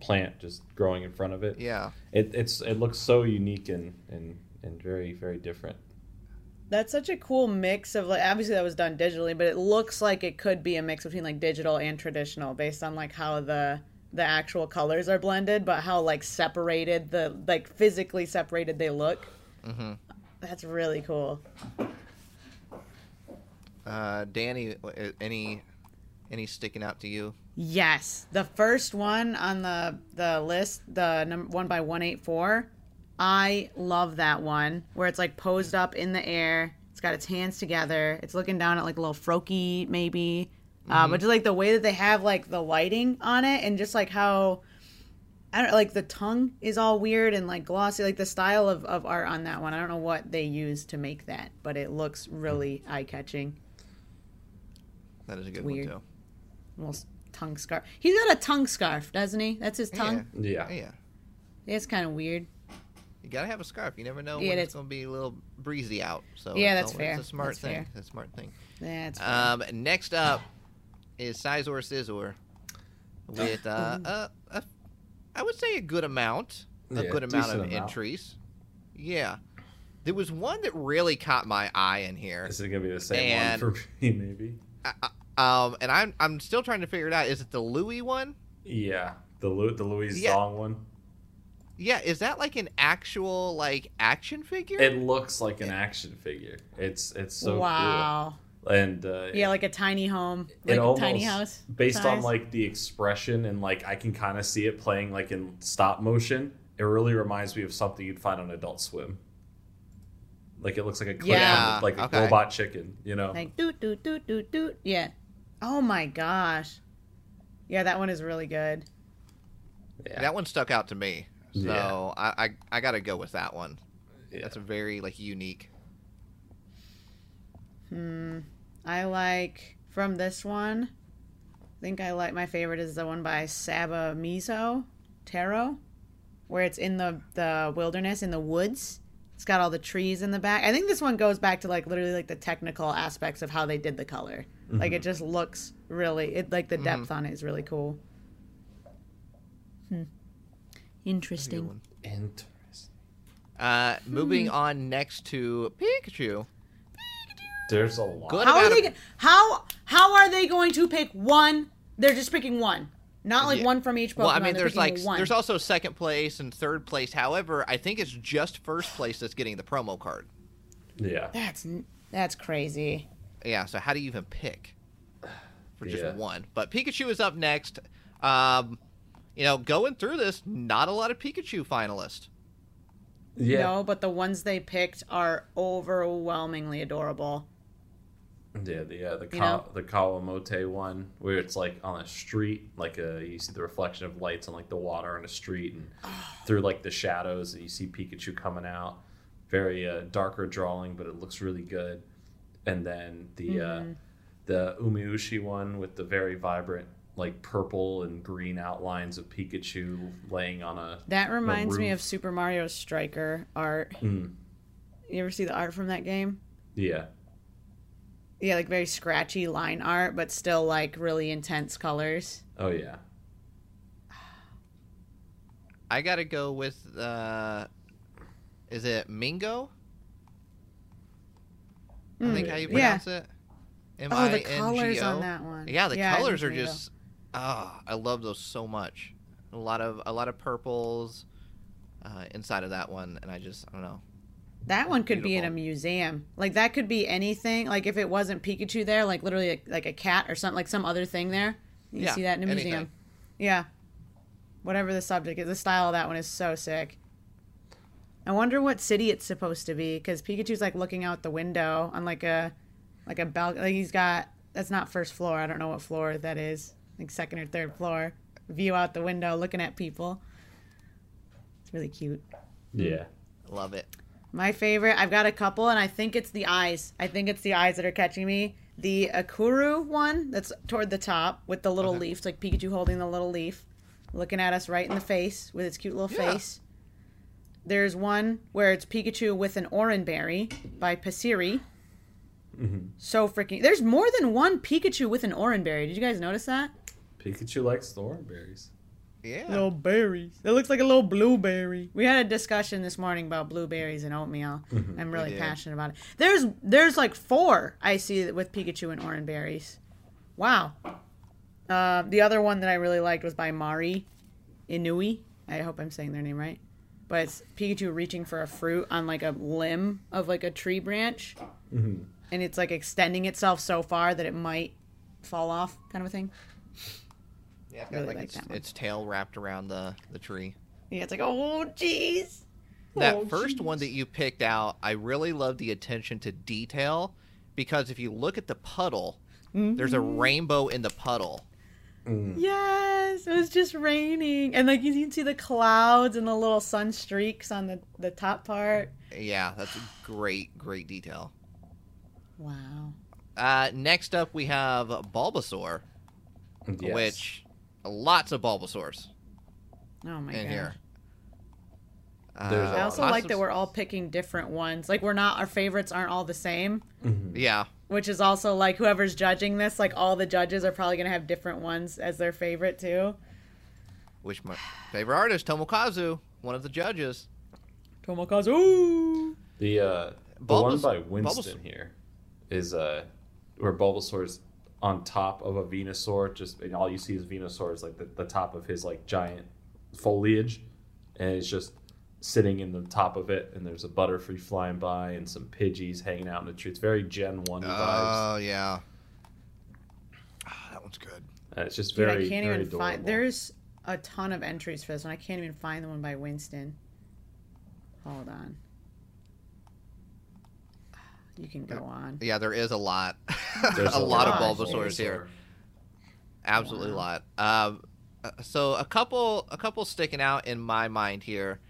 S2: plant just growing in front of it.
S1: Yeah.
S2: It it's it looks so unique and and and very very different.
S3: That's such a cool mix of like obviously that was done digitally, but it looks like it could be a mix between like digital and traditional based on like how the the actual colors are blended, but how like separated the like physically separated they look. That's really cool.
S1: Uh, Danny, uh, any any sticking out to you?
S3: Yes, the first one on the the list, the number one by one eight four. I love that one where it's like posed up in the air. It's got its hands together. It's looking down at like a little froky maybe, uh, but just like the way that they have like the lighting on it and just like how. I don't like the tongue is all weird and like glossy. Like the style of, of art on that one, I don't know what they used to make that, but it looks really eye catching.
S1: That is a good
S3: Weird.
S1: one too.
S3: Almost tongue scarf. He's got a tongue scarf, doesn't he? That's his tongue.
S2: Yeah.
S1: Yeah, yeah.
S3: It's kind of weird.
S1: You gotta have a scarf. You never know
S3: Yeah,
S1: when it's
S3: that's-
S1: gonna be a little breezy out. So
S3: Yeah,
S1: it's
S3: that's
S1: always-
S3: fair.
S1: It's a smart
S3: That's
S1: thing.
S3: fair.
S1: It's a smart thing.
S3: That's
S1: Um, next up is Sizor Scizor with uh, a, a, I would say a good amount, a
S2: Yeah,
S1: good amount of
S2: decent amount.
S1: entries. Yeah, there was one that really caught my eye in here.
S2: This is gonna be the same
S1: And-
S2: one for me, maybe.
S1: Um, and I'm I'm still trying to figure it out. Is it the Louis one?
S2: Yeah, the Lu- the Louis
S1: Yeah.
S2: Zong one.
S1: Yeah, is that like an actual like action figure?
S2: It looks like an action figure. It's it's so
S3: wow.
S2: cool. And uh,
S3: Yeah, like a tiny home,
S2: it
S3: like a
S2: almost-
S3: tiny house.
S2: based on
S3: size.
S2: like the expression and like I can kind of see it playing like in stop motion. It really reminds me of something you'd find on Adult Swim. Like it looks like a clip
S3: Yeah,
S2: from, like a
S1: okay.
S2: robot chicken, you know.
S3: like doot doot doot doot doot. Yeah. Oh my gosh. Yeah, that one is really good.
S2: yeah.
S1: That one stuck out to me, so
S2: Yeah.
S1: I, I I gotta go with that one.
S2: Yeah.
S1: That's a very like unique.
S3: I like from this one. I think I like my favorite is the one by Saba Mizo Taro, where it's in the the wilderness in the woods. It's got all the trees in the back. I think this one goes back to like literally like the technical aspects of how they did the color. Like it just looks really it like the depth on it is really cool. Hmm. Interesting.
S2: Interesting.
S1: Uh, moving
S3: Hmm.
S1: on next to Pikachu.
S2: There's a lot.
S1: Good
S3: How are
S1: amount
S3: they
S1: of-
S3: go- how how are they going to pick one? They're just picking one. Not like
S1: Yeah.
S3: one from each Pokemon.
S1: Well, I mean,
S3: They're
S1: there's
S3: picking
S1: like
S3: one.
S1: there's also second place and third place. However, I think it's just first place that's getting the promo card.
S2: Yeah.
S3: That's n- that's crazy.
S1: Yeah. So how do you even pick for just
S2: Yeah.
S1: one? But Pikachu is up next. Um, you know, going through this, not a lot of Pikachu finalists.
S2: Yeah.
S3: No, but the ones they picked are overwhelmingly adorable.
S2: Yeah, the uh, the
S3: You
S2: Ka-
S3: know?
S2: the Kawamote one, where it's like on a street, like uh you see the reflection of lights on like the water on a street, and through like the shadows, you see Pikachu coming out. Very uh, darker drawing, but it looks really good. And then the
S3: Mm-hmm.
S2: uh, the Umiushi one with the very vibrant like purple and green outlines of Pikachu laying on a
S3: That reminds me
S2: roof.
S3: of Super Mario Striker art.
S1: Hmm.
S2: Mm.
S3: You ever see the art from that game?
S2: yeah
S3: Yeah, like very scratchy line art, but still like really intense colors.
S2: oh yeah
S1: I gotta go with uh, is it Mingo? I think how you
S2: Yeah.
S1: pronounce it. M
S3: Hmm. Oh,
S1: I
S3: the
S1: N G O.
S3: colors on that one.
S1: Yeah, the
S3: I
S1: colors are
S3: think they will.
S1: just ah, I love those so much. A lot of a lot of purples uh, inside of that one, and I just I don't know.
S3: That one could be in a
S1: beautiful.
S3: museum. Like that could be anything. Like if it wasn't Pikachu there, like literally like, like a cat or something, like some other thing there. You
S1: Yeah,
S3: see that in a museum.
S1: anything.
S3: Yeah. Whatever the subject is, the style of that one is so sick. I wonder what city it's supposed to be because Pikachu's like looking out the window on like a like a balcony. Like he's got that's not first floor. I don't know what floor that is. Like second or third floor. View out the window, looking at people. It's really cute. Hmm.
S2: yeah
S1: Love it.
S3: My favorite, I've got a couple, and I think it's the eyes. I think it's the eyes that are catching me. The Akuru one that's toward the top with the little leaves, like Pikachu holding the little leaf, looking at us right in the face with its cute little
S1: Yeah.
S3: face. There's one where it's Pikachu with an Oran Berry by Pasiri.
S2: Mm-hmm.
S3: So freaking. There's more than one Pikachu with an Oran Berry. Did you guys notice that?
S2: Pikachu likes the orange berries.
S1: Yeah.
S3: Little berries. It looks like a little blueberry. We had a discussion this morning about blueberries and oatmeal. I'm really
S1: did.
S3: passionate about it. There's there's like four I see with Pikachu and orange berries. Wow. Uh, the other one that I really liked was by Mari Inui. I hope I'm saying their name right. But it's Pikachu reaching for a fruit on like a limb of like a tree branch. And it's like extending itself so far that it might fall off, kind of a thing.
S1: yeah it's got
S3: really
S1: like,
S3: like
S1: its,
S3: that one.
S1: its tail wrapped around the the tree.
S3: Yeah, it's like, oh, jeez.
S1: That first one that you picked out, I really love the attention to detail because if you look at the puddle,
S3: Mm-hmm.
S1: there's a rainbow in the puddle.
S3: Mm. Yes, it was just raining, and like you can see the clouds and the little sun streaks on the the top part.
S1: Yeah, that's a great, great detail.
S3: Wow.
S1: Uh, next up, we have Bulbasaur,
S2: Yes.
S1: which lots of Bulbasaurs
S3: Oh my
S1: in
S3: god.
S1: here. Uh, Oh,
S2: There's
S3: I also
S1: lots
S3: like
S1: of-
S3: that we're all picking different ones. Like we're not our favorites aren't all the same,
S1: Yeah,
S3: which is also like whoever's judging this, like all the judges are probably gonna have different ones as their favorite too.
S1: which my favorite artist, Tomokazu, one of the judges.
S3: Tomokazu.
S2: The uh, the
S1: Bulbas-
S2: one by Winston
S1: Bulbas-
S2: here is uh, where Bulbasaur's on top of a Venusaur, just and all you see is Venusaur is like the, the top of his like giant foliage, and it's just sitting in the top of it, and there's a Butterfree flying by and some Pidgeys hanging out in the tree. It's very Gen One vibes.
S1: Oh yeah, Ah, that one's good.
S2: And it's just
S3: Dude,
S2: very
S3: I can't
S2: very
S3: even
S2: adorable.
S3: find there's a ton of entries for this one. I can't even find the one by Winston. Hold on. You can go on.
S1: Yeah, there is a lot,
S2: There's
S1: a, lot of
S3: lot.
S1: Bulbasaurs here. Absolutely a lot. Um, uh, so a couple, a couple sticking out in my mind here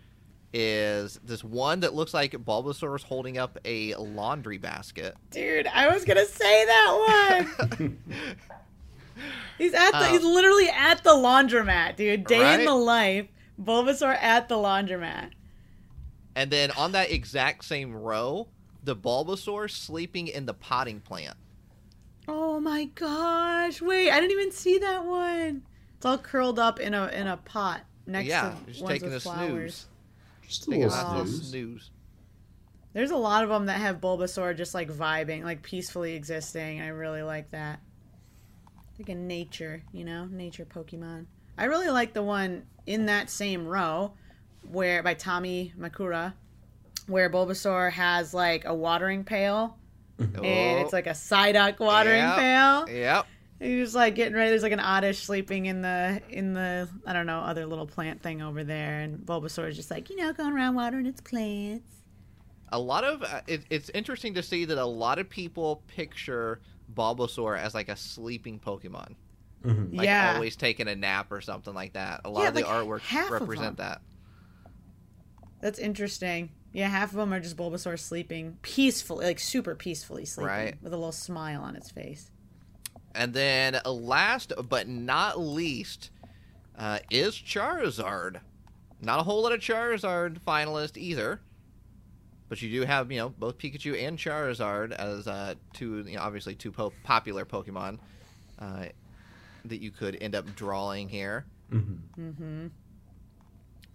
S1: is this one that looks like Bulbasaur's holding up a laundry basket.
S3: Dude, I was gonna say that one. he's at the
S1: Oh.
S3: he's literally at the laundromat, dude. Day in
S1: Right?
S3: the life. Bulbasaur at the laundromat.
S1: And then on that exact same row, the Bulbasaur sleeping in the potting plant.
S3: Oh my gosh! Wait, I didn't even see that one. It's all curled up in a in a pot next
S1: yeah,
S3: to
S1: just
S3: ones
S1: taking
S3: with
S1: a
S3: flowers.
S1: snooze.
S2: Just a
S1: Taking
S2: little
S1: a nice little
S2: snooze.
S1: snooze.
S3: There's a lot of them that have Bulbasaur just like vibing, like peacefully existing. I really like that. Like a nature, you know, nature Pokemon. I really like the one in that same row where by Tommy Makura, where Bulbasaur has like a watering pail and
S1: Oh,
S3: it's like oh. a Psyduck watering
S1: Yeah.
S3: pail.
S1: Yep.
S3: He's just like getting ready. There's like an Oddish sleeping in the in the I don't know other little plant thing over there, and Bulbasaur is just like you know going around watering its plants.
S1: a lot of uh, it, it's interesting to see that a lot of people picture Bulbasaur as like a sleeping Pokemon,
S2: Mhm.
S1: like
S3: yeah,
S1: always taking a nap or something like that. A lot
S3: Yeah,
S1: of the
S3: like
S1: artworks
S3: half of
S1: represent that.
S3: that's interesting. Yeah, half of them are just Bulbasaur sleeping peacefully, like super peacefully sleeping,
S1: Right.
S3: with a little smile on its face.
S1: And then uh, last but not least uh, is Charizard. Not a whole lot of Charizard finalists either, but you do have you know both Pikachu and Charizard as uh, two you know, obviously two po- popular Pokemon uh, that you could end up drawing here.
S2: Mhm.
S3: Mm-hmm.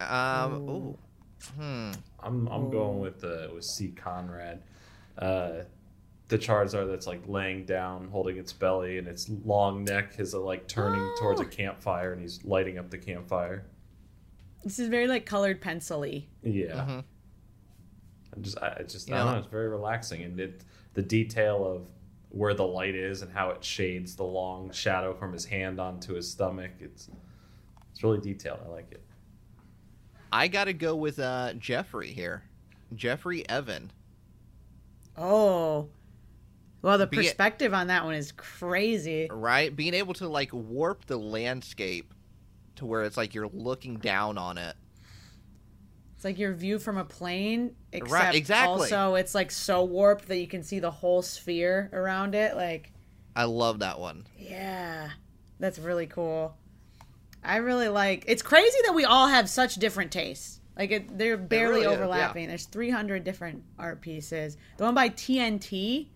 S1: Um,
S3: Ooh.
S1: ooh. Hmm.
S2: I'm I'm
S3: Oh.
S2: going with uh, with C Conrad, uh, the Charizard that's like laying down, holding its belly, and its long neck is uh, like turning towards a
S3: Oh.
S2: campfire, and he's lighting up the campfire.
S3: This is very like colored pencil-y.
S2: Yeah,
S3: Mm-hmm.
S1: Mhm.
S2: I just I, I just
S1: You
S2: I don't
S1: know-
S2: know. It's very relaxing, and it the detail of where the light is and how it shades the long shadow from his hand onto his stomach. It's it's really detailed. I like it.
S1: I gotta go with uh, Jeffrey here, Jeffrey Evan.
S3: Oh, well, the
S1: Be it-
S3: perspective on that one is crazy.
S1: right? Being able to like warp the landscape to where it's like you're looking down on it.
S3: It's like your view from a plane, except
S1: exactly.
S3: also it's like so warped that you can see the whole sphere around it. Like,
S1: I love that one.
S3: yeah, that's really cool. I really like. It's crazy that we all have such different tastes. Like it, they're barely
S1: really is, yeah.
S3: overlapping. There's 300 different art pieces. The one by TNT,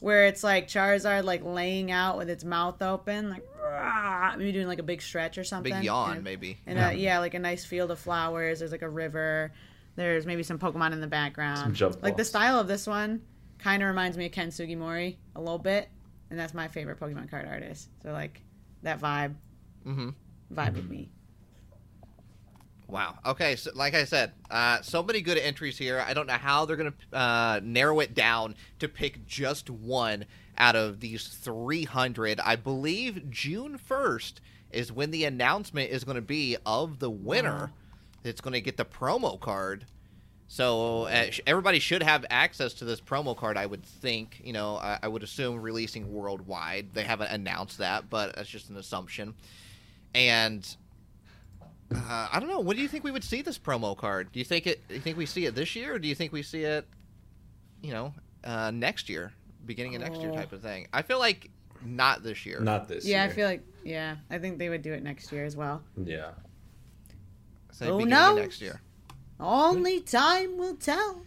S3: where it's like Charizard like laying out with its mouth open, like rah, maybe doing like a big stretch or something.
S1: Big yawn,
S3: And-
S1: maybe.
S3: and yeah. yeah, like a nice field of flowers. There's like a river. There's maybe some Pokemon in the background.
S2: Some jump
S3: like the
S2: balls.
S3: style of this one kind of reminds me of Ken Sugimori a little bit, and that's my favorite Pokemon card artist. So like that vibe
S2: Mm-hmm.
S1: hmm
S3: vibe with me.
S1: Wow. Okay. So, like I said, uh, so many good entries here. I don't know how they're gonna uh, narrow it down to pick just one out of these 300. I believe June 1st is when the announcement is going to be of the winner. It's going to get the promo card. So uh, sh- everybody should have access to this promo card, I would think. You know, I, I would assume releasing worldwide. They haven't announced that, but that's just an assumption. And uh, I don't know. When do you think we would see this promo card? Do you think it? Do you think we see it this year, or do you think we see it? You know, uh, next year, beginning of next year,
S3: Oh.
S1: type of thing. I feel like not this year.
S2: Not this.
S3: Yeah,
S2: year.
S3: I feel like yeah, I think they would do it next year as well.
S2: yeah.
S1: Say
S3: Who
S1: beginning of
S3: knows?
S1: next year.
S3: Only time will tell.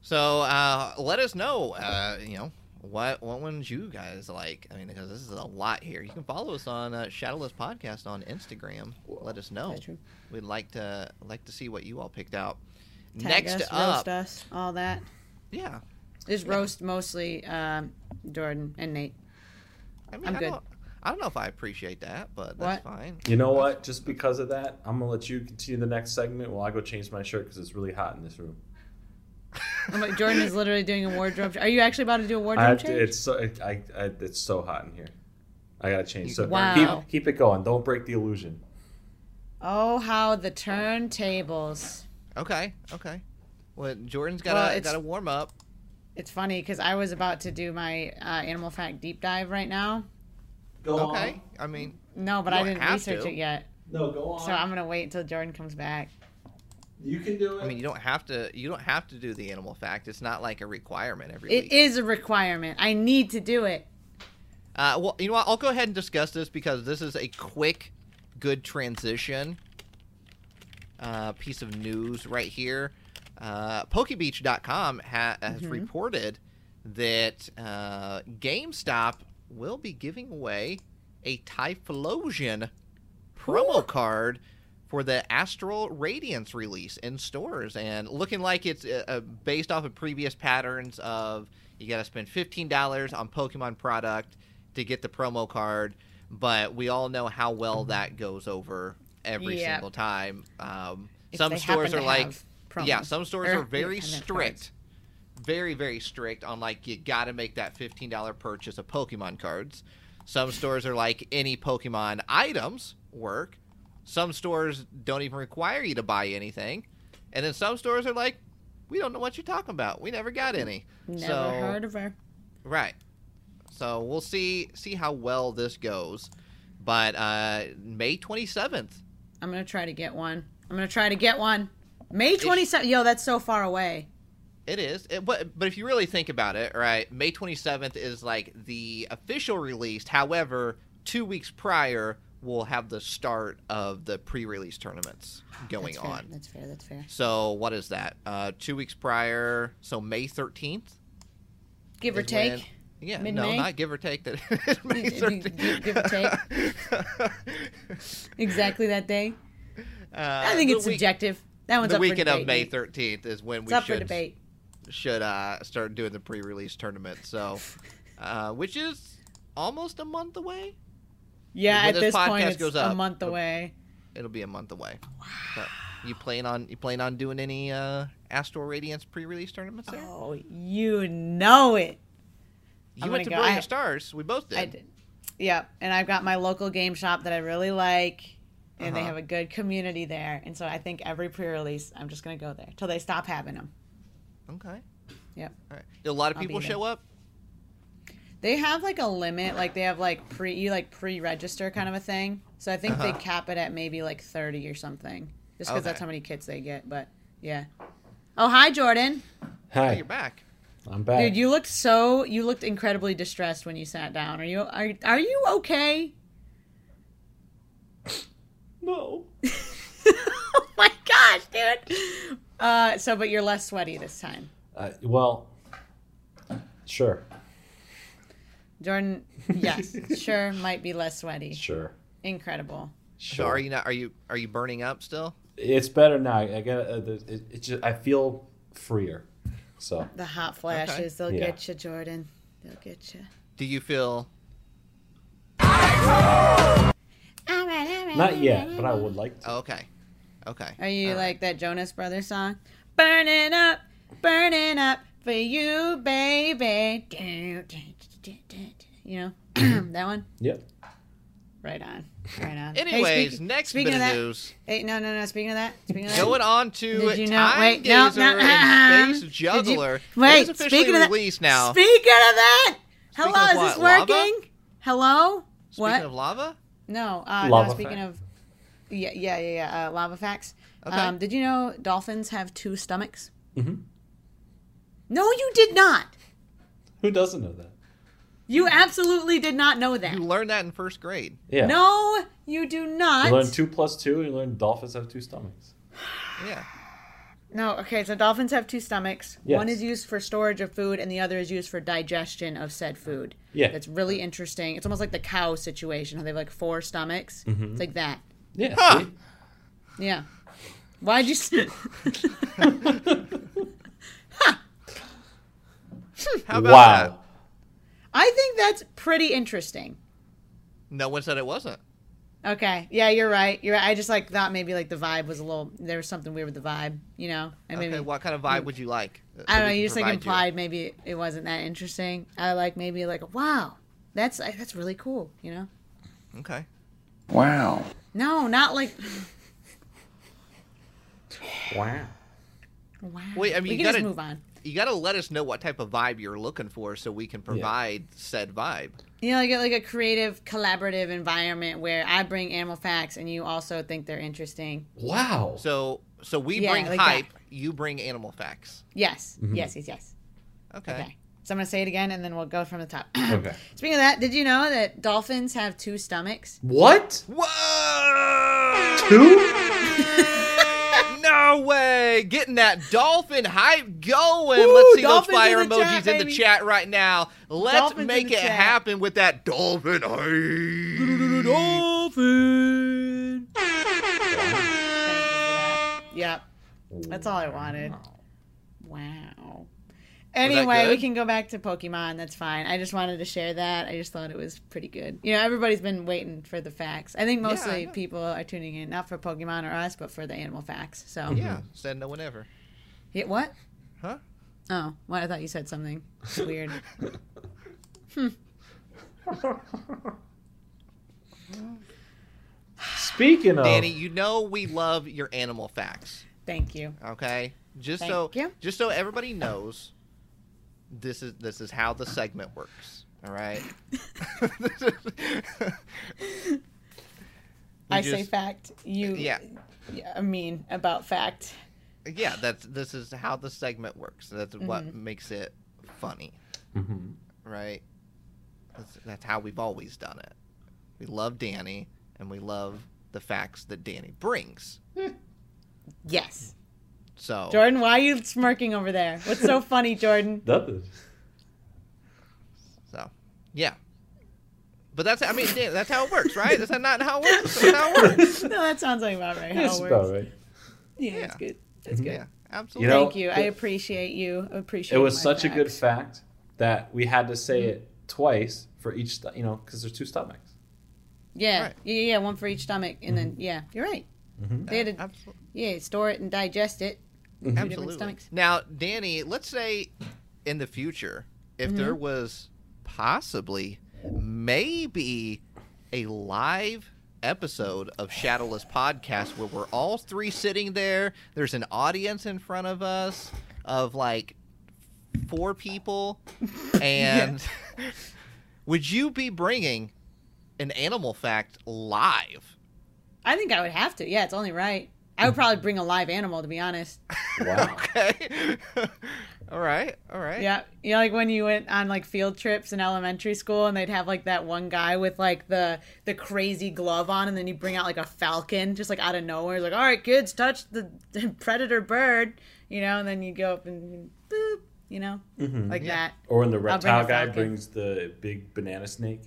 S1: So uh, let us know. Uh, you know. What what ones you guys like? I mean, because this is a lot here. You can follow us on uh, Shadowless Podcast on Instagram. Let us
S2: Oh,
S1: know.
S3: That's true.
S1: We'd like to like to see what you all picked out.
S3: Tag
S1: Next
S3: us,
S1: up,
S3: roast us, all that.
S1: yeah.
S3: Just roast mostly um, Jordan and Nate.
S1: I mean,
S3: I'm
S1: I
S3: good.
S1: Don't, I don't know if I appreciate that, but that's
S3: What?
S1: fine.
S2: You know what? Just because of that, I'm gonna let you continue the next segment while I go change my shirt because it's really hot in this room.
S3: I'm like, Jordan is literally doing a wardrobe. Are you actually about to do a wardrobe
S2: I have
S3: change?
S2: to, it's so it, I, I it's so hot in here. I gotta change. So
S3: Wow.
S2: keep keep it going. Don't break the illusion.
S3: Oh, how the turntables.
S1: Okay, okay. Well, Jordan's got
S3: Well,
S1: to
S3: it's-
S1: got to warm up.
S3: It's funny because I was about to do my uh, animal fact deep dive right now.
S2: Go
S1: Okay, I mean,
S3: No, but
S1: You
S3: I
S1: don't
S3: didn't
S1: have
S3: research
S1: to.
S3: it yet.
S2: No, go on.
S3: So I'm going to wait until Jordan comes back.
S2: You can do it.
S1: I mean, you don't have to. You don't have to do the animal fact. It's not like a requirement every
S3: It
S1: week.
S3: is a requirement. I need to do it.
S1: Uh, well, you know what? I'll go ahead and discuss this because this is a quick, good transition uh, piece of news right here. Uh, PokeBeach.com ha- has reported that uh, GameStop will be giving away a Typhlosion promo card for the Astral Radiance release in stores, and looking like it's uh, uh, based off of previous patterns of you got to spend fifteen dollars on Pokemon product to get the promo card, but we all know how well
S3: Mm-hmm.
S1: that goes over every
S3: Yeah.
S1: single time. Um,
S3: If
S1: some
S3: they
S1: stores
S3: happen
S1: are
S3: to
S1: like,
S3: have promos.
S1: yeah, some stores
S3: Or
S1: are very
S3: independent
S1: strict
S3: cards.
S1: very very strict on like you got to make that $15 purchase of Pokemon cards. Some stores are like any Pokemon items work. Some stores don't even require you to buy anything. And then some stores are like we don't know what you're talking about. We never got any.
S3: Never
S1: so,
S3: heard of her.
S1: Right. So we'll see see how well this goes. But uh May 27th.
S3: I'm gonna try to get one. I'm gonna try to get one. May 27th. Yo, that's so far away.
S1: It is, It- but but if you really think about it, right? May twenty seventh is like the official release. However, two weeks prior, we'll have the start of the pre release tournaments going
S3: That's fair.
S1: on.
S3: That's fair. That's fair.
S1: So what is that? Uh, two weeks prior, so May thirteenth.
S3: Give or take.
S1: yeah, no,
S3: Mid-May?
S1: not give or take. That it's May
S3: Give- give- give or take.
S1: thirteenth.
S3: Exactly that day.
S1: Uh,
S3: I think
S1: the
S3: it's
S1: week-
S3: subjective. That one's
S1: The
S3: up for
S1: weekend
S3: debate.
S1: of May
S3: Nate.
S1: thirteenth is when
S3: It's
S1: we
S3: up for
S1: should
S3: debate.
S1: should uh, start doing the pre-release tournament. So, uh, which is almost a month away.
S3: Yeah,
S1: when
S3: at
S1: this
S3: this point,
S1: podcast
S3: it's
S1: goes
S3: a
S1: up,
S3: month
S1: uh,
S3: away.
S1: It'll be a month away. But you plan on you plan on doing any uh, Astral Radiance pre-release tournaments there?
S3: Oh, you know it.
S1: you
S3: I'm
S1: went to
S3: gonna go.
S1: Brilliant
S3: I-
S1: Stars. We both did.
S3: I did. Yeah, and I've got my local game shop that I really like, and they
S1: Uh-huh.
S3: have a good community there. And so I think every pre-release, I'm just gonna go there till they stop having them.
S1: Okay.
S3: Yep.
S1: All right. Do a lot of
S3: I'll be
S1: people
S3: there.
S1: show up?
S3: They have like a limit, like they have like pre you like pre-register kind of a thing. So I think they cap it at maybe like 30 or something, just because that's
S1: Uh-huh. Okay.
S3: how many kits they get. But yeah. Oh hi Jordan,
S1: Oh,
S2: Hi,
S1: you're back.
S2: I'm back.
S3: dude, you looked so you looked incredibly distressed when you sat down. Are you are are you okay?
S2: no.
S3: oh my gosh, dude. Uh, so, but you're less sweaty this time.
S2: Uh, well, sure,
S3: Jordan, yes, sure, might be less sweaty.
S2: sure,
S3: Incredible.
S1: So
S2: sure.
S1: are you not? Are you are you burning up still?
S2: It's better now. I got. Uh, there's- it, it just. I feel freer. So
S3: The hot flashes, they'll
S2: Yeah.
S3: get you, Jordan. They'll get you.
S1: Do you feel?
S3: All right, all right.
S2: not yet, but I would like to.
S1: Oh, okay. Okay.
S3: Are you
S1: All right.
S3: like that Jonas Brothers song? Burning up, burning up for you, baby. Do, do, do, do, do. You know, that one?
S2: Yep.
S3: Right on. Right on. Hey,
S1: Anyways,
S3: speak-
S1: next bit
S3: speaking
S1: of
S3: of that,
S1: news.
S3: Hey, no, no, no. Speaking of that, speaking of that,
S1: Going on to
S3: Did you
S1: Time
S3: not- wait,
S1: Gazer
S3: no, no,
S1: and
S3: uh-uh.
S1: Space
S3: Did you-
S1: Juggler.
S3: wait,
S1: it is officially
S3: speaking of that-
S1: released now.
S3: Speaking of that,
S1: Speaking
S3: hello,
S1: of
S3: is
S1: what,
S3: this
S1: lava?
S3: working? Hello,
S1: Speaking
S3: what?
S1: of lava,
S3: no, uh,
S2: Lava
S3: no. Speaking
S2: fact.
S3: of, yeah, yeah, yeah, yeah. Uh, lava facts.
S1: Okay.
S3: Um, did you know dolphins have two stomachs?
S2: Mhm.
S3: No, you did not.
S2: Who doesn't know that?
S3: You absolutely did not know that.
S1: you learned that in first grade.
S2: Yeah.
S3: No, you do not.
S2: You learn two plus two, and you learn dolphins have two stomachs.
S1: Yeah.
S3: No, okay, so dolphins have two stomachs.
S2: Yes.
S3: One is used for storage of food, and the other is used for digestion of said food.
S2: Yeah.
S3: That's really interesting. It's almost like the cow situation, how they have like four stomachs.
S2: Mm-hmm.
S3: It's like that.
S2: Yeah.
S1: Huh.
S2: see?
S3: Yeah. Why'd you. s-
S1: How about that?
S2: Wow.
S3: I think that's pretty interesting.
S1: No one said it wasn't.
S3: Okay, yeah, you're right. You're right. I just like thought maybe like the vibe was a little. There was something weird with the vibe, you know? I mean,
S1: Okay, what kind of vibe would you like? uh,
S3: Mm.
S1: that
S3: I don't know.
S1: we
S3: You
S1: can
S3: just like
S1: provide
S3: implied maybe it wasn't that interesting. I like maybe like wow, that's like, that's really cool, you know?
S1: Okay.
S7: Wow.
S3: No, not like
S2: Wow.
S3: Wow.
S1: Wait, I mean,
S3: we
S1: you
S3: can
S1: gotta-
S3: just move on.
S1: You got to let us know what type of vibe you're looking for so we can provide said vibe.
S3: You know, like a, like a creative, collaborative environment where I bring animal facts and you also think they're interesting.
S2: Wow.
S1: So so we
S3: Yeah,
S1: bring
S3: like
S1: hype, you bring animal facts.
S3: Yes, yes, yes, yes.
S1: Okay.
S3: Okay. So I'm gonna say it again, and then we'll go from the top.
S2: Okay.
S3: Speaking of that, did you know that dolphins have two stomachs?
S2: What?
S1: Whoa!
S2: Two?
S1: no say, getting that dolphin hype going.
S3: Woo,
S1: Let's see those
S3: dolphins in
S1: fire
S3: the
S1: emojis
S3: chat,
S1: in the
S3: baby.
S1: chat right now. Let's
S3: Dolphins in
S1: make
S3: the
S1: it
S3: chat.
S1: happen with that dolphin hype.
S3: Dolphin. Yep. That's all I wanted. Wow. Anyway, we
S1: good?
S3: can go back to Pokemon. That's fine. I just wanted to share that. I just thought it was pretty good. You know, everybody's been waiting for the facts. I think mostly
S1: know.
S3: people are tuning in not for Pokemon or us, but for the animal facts. So
S1: Yeah, send no one ever.
S3: Yeah, what?
S1: Huh?
S3: Oh, what? I thought you said something weird.
S2: Speaking of
S1: Danny, you know we love your animal facts.
S3: Thank you.
S1: Okay. Just so
S3: Thank you.
S1: just so everybody knows this is this is how the segment works. All right. We
S3: I say
S1: just- Uh,
S3: fact. You.
S1: Yeah.
S3: yeah, I mean about fact.
S1: Yeah, that's this is how the segment works. That's what makes it funny,
S2: Mhm.
S1: right? That's, that's how we've always done it. We love Danny and we love the facts that Danny brings.
S3: Yes.
S1: So
S3: Jordan, why are you smirking over there? What's so funny, Jordan?
S2: that is-
S1: So, yeah. But that's I mean Dan, that's how it works, right? That's not how it works. That's how it works.
S3: No, that sounds like about right. How
S2: it's
S3: it works.
S2: about right. Mm-hmm.
S3: Yeah,
S1: Yeah.
S3: that's good. That's good.
S1: Yeah, absolutely.
S2: You know,
S3: Thank you. I
S2: it-
S3: appreciate you. I appreciate.
S2: It was
S3: my
S2: such a good
S3: facts.
S2: fact that we had to say
S3: Mm-hmm.
S2: it twice for each, sto- you know, because there's two stomachs.
S3: yeah.
S1: Right.
S3: yeah, yeah, yeah. One for each stomach, and then
S2: Mm-hmm.
S3: yeah, you're right. They had to,
S1: Absol-
S3: yeah, store it and digest it.
S1: Absolutely.
S3: stomachs.
S1: Now, Danny, let's say in the future, if there was possibly, maybe a live episode of Shadowless Podcast where we're all three sitting there, there's an audience in front of us of like four people, and would you be bringing an animal fact live?
S3: I think I would have to. Yeah, it's only right. I
S2: Mm.
S3: would probably bring a live animal, to be honest.
S2: Wow.
S1: Okay. all right. All right.
S3: Yeah, you know, like when you went on like field trips in elementary school, and they'd have like that one guy with like the the crazy glove on, and then you bring out like a falcon just like out of nowhere. He's like, "All right, kids, touch the predator bird," you know, and then you go up and boop, you know,
S2: Mm-hmm.
S3: like that.
S2: Or when the
S3: I'll bring
S2: reptile
S3: a
S2: guy
S3: falcon.
S2: brings the big banana snake.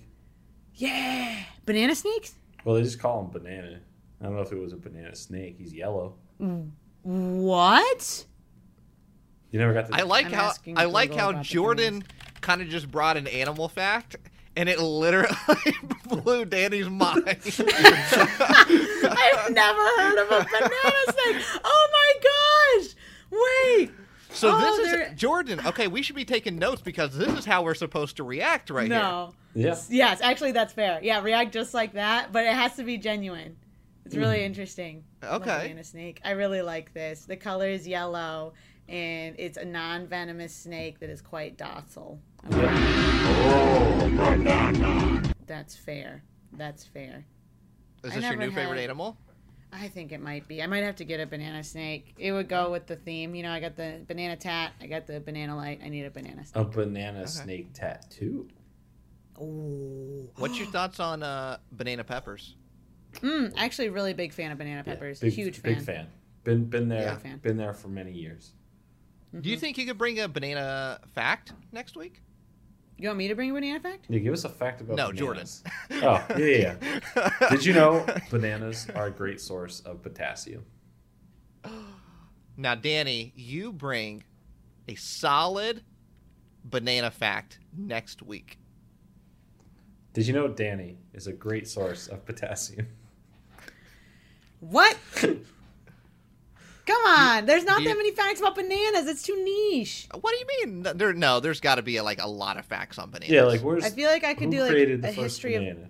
S3: Yeah, banana snakes.
S2: Well, they just call him banana. I don't know if it was a banana snake. He's yellow.
S3: What?
S2: You never got the.
S1: I like
S3: I'm
S1: how
S3: asking
S1: I like
S3: Google
S1: how
S3: about the
S1: Jordan kind of just brought an animal fact, and it literally blew Danny's mind.
S3: I've never heard of a banana snake. Oh my gosh! Wait.
S1: so
S3: Oh,
S1: this is
S3: there-
S1: Jordan. Okay, we should be taking notes because this is how we're supposed to react right
S3: No.
S2: Yeah.
S3: Yes, actually, that's fair. Yeah, react just like that, but it has to be genuine. It's really interesting. I love
S1: Okay.
S3: Banana snake. I really like this. The color is yellow, and it's a non-venomous snake that is quite docile. That's fair. That's fair.
S1: here. Is
S3: I
S1: this your
S3: never
S1: new favorite
S3: had-
S1: animal?
S3: I think it might be. I might have to get a banana snake. It would go with the theme. You know, I got the banana tat. I got the banana light. I need a banana snake.
S2: A banana snake tattoo.
S1: What's your thoughts on uh, banana peppers?
S3: Mm, actually, really big fan of banana peppers.
S2: Big,
S3: Huge fan.
S2: Big fan. Been been there.
S1: Yeah.
S3: fan.
S2: Been there for many years.
S3: Mm-hmm.
S1: Do you think you could bring a banana fact next week?
S3: You want me to bring a banana fact?
S2: Yeah, give us a fact about
S1: No,
S2: bananas. Jordan. Oh, yeah, yeah, yeah. Did you know bananas are a great source of potassium?
S1: Now, Danny, you bring a solid banana fact next week.
S2: Did you know Danny is a great source of potassium?
S3: What? Come on, there's not
S1: do you-
S3: that many facts about bananas. It's too niche.
S1: What do you mean? No, There, no, there's got to be like a lot of facts on bananas.
S2: Yeah, like where's
S3: I feel like I could
S2: who
S3: do, like,
S2: created the
S3: a
S2: first
S3: history of-
S2: banana?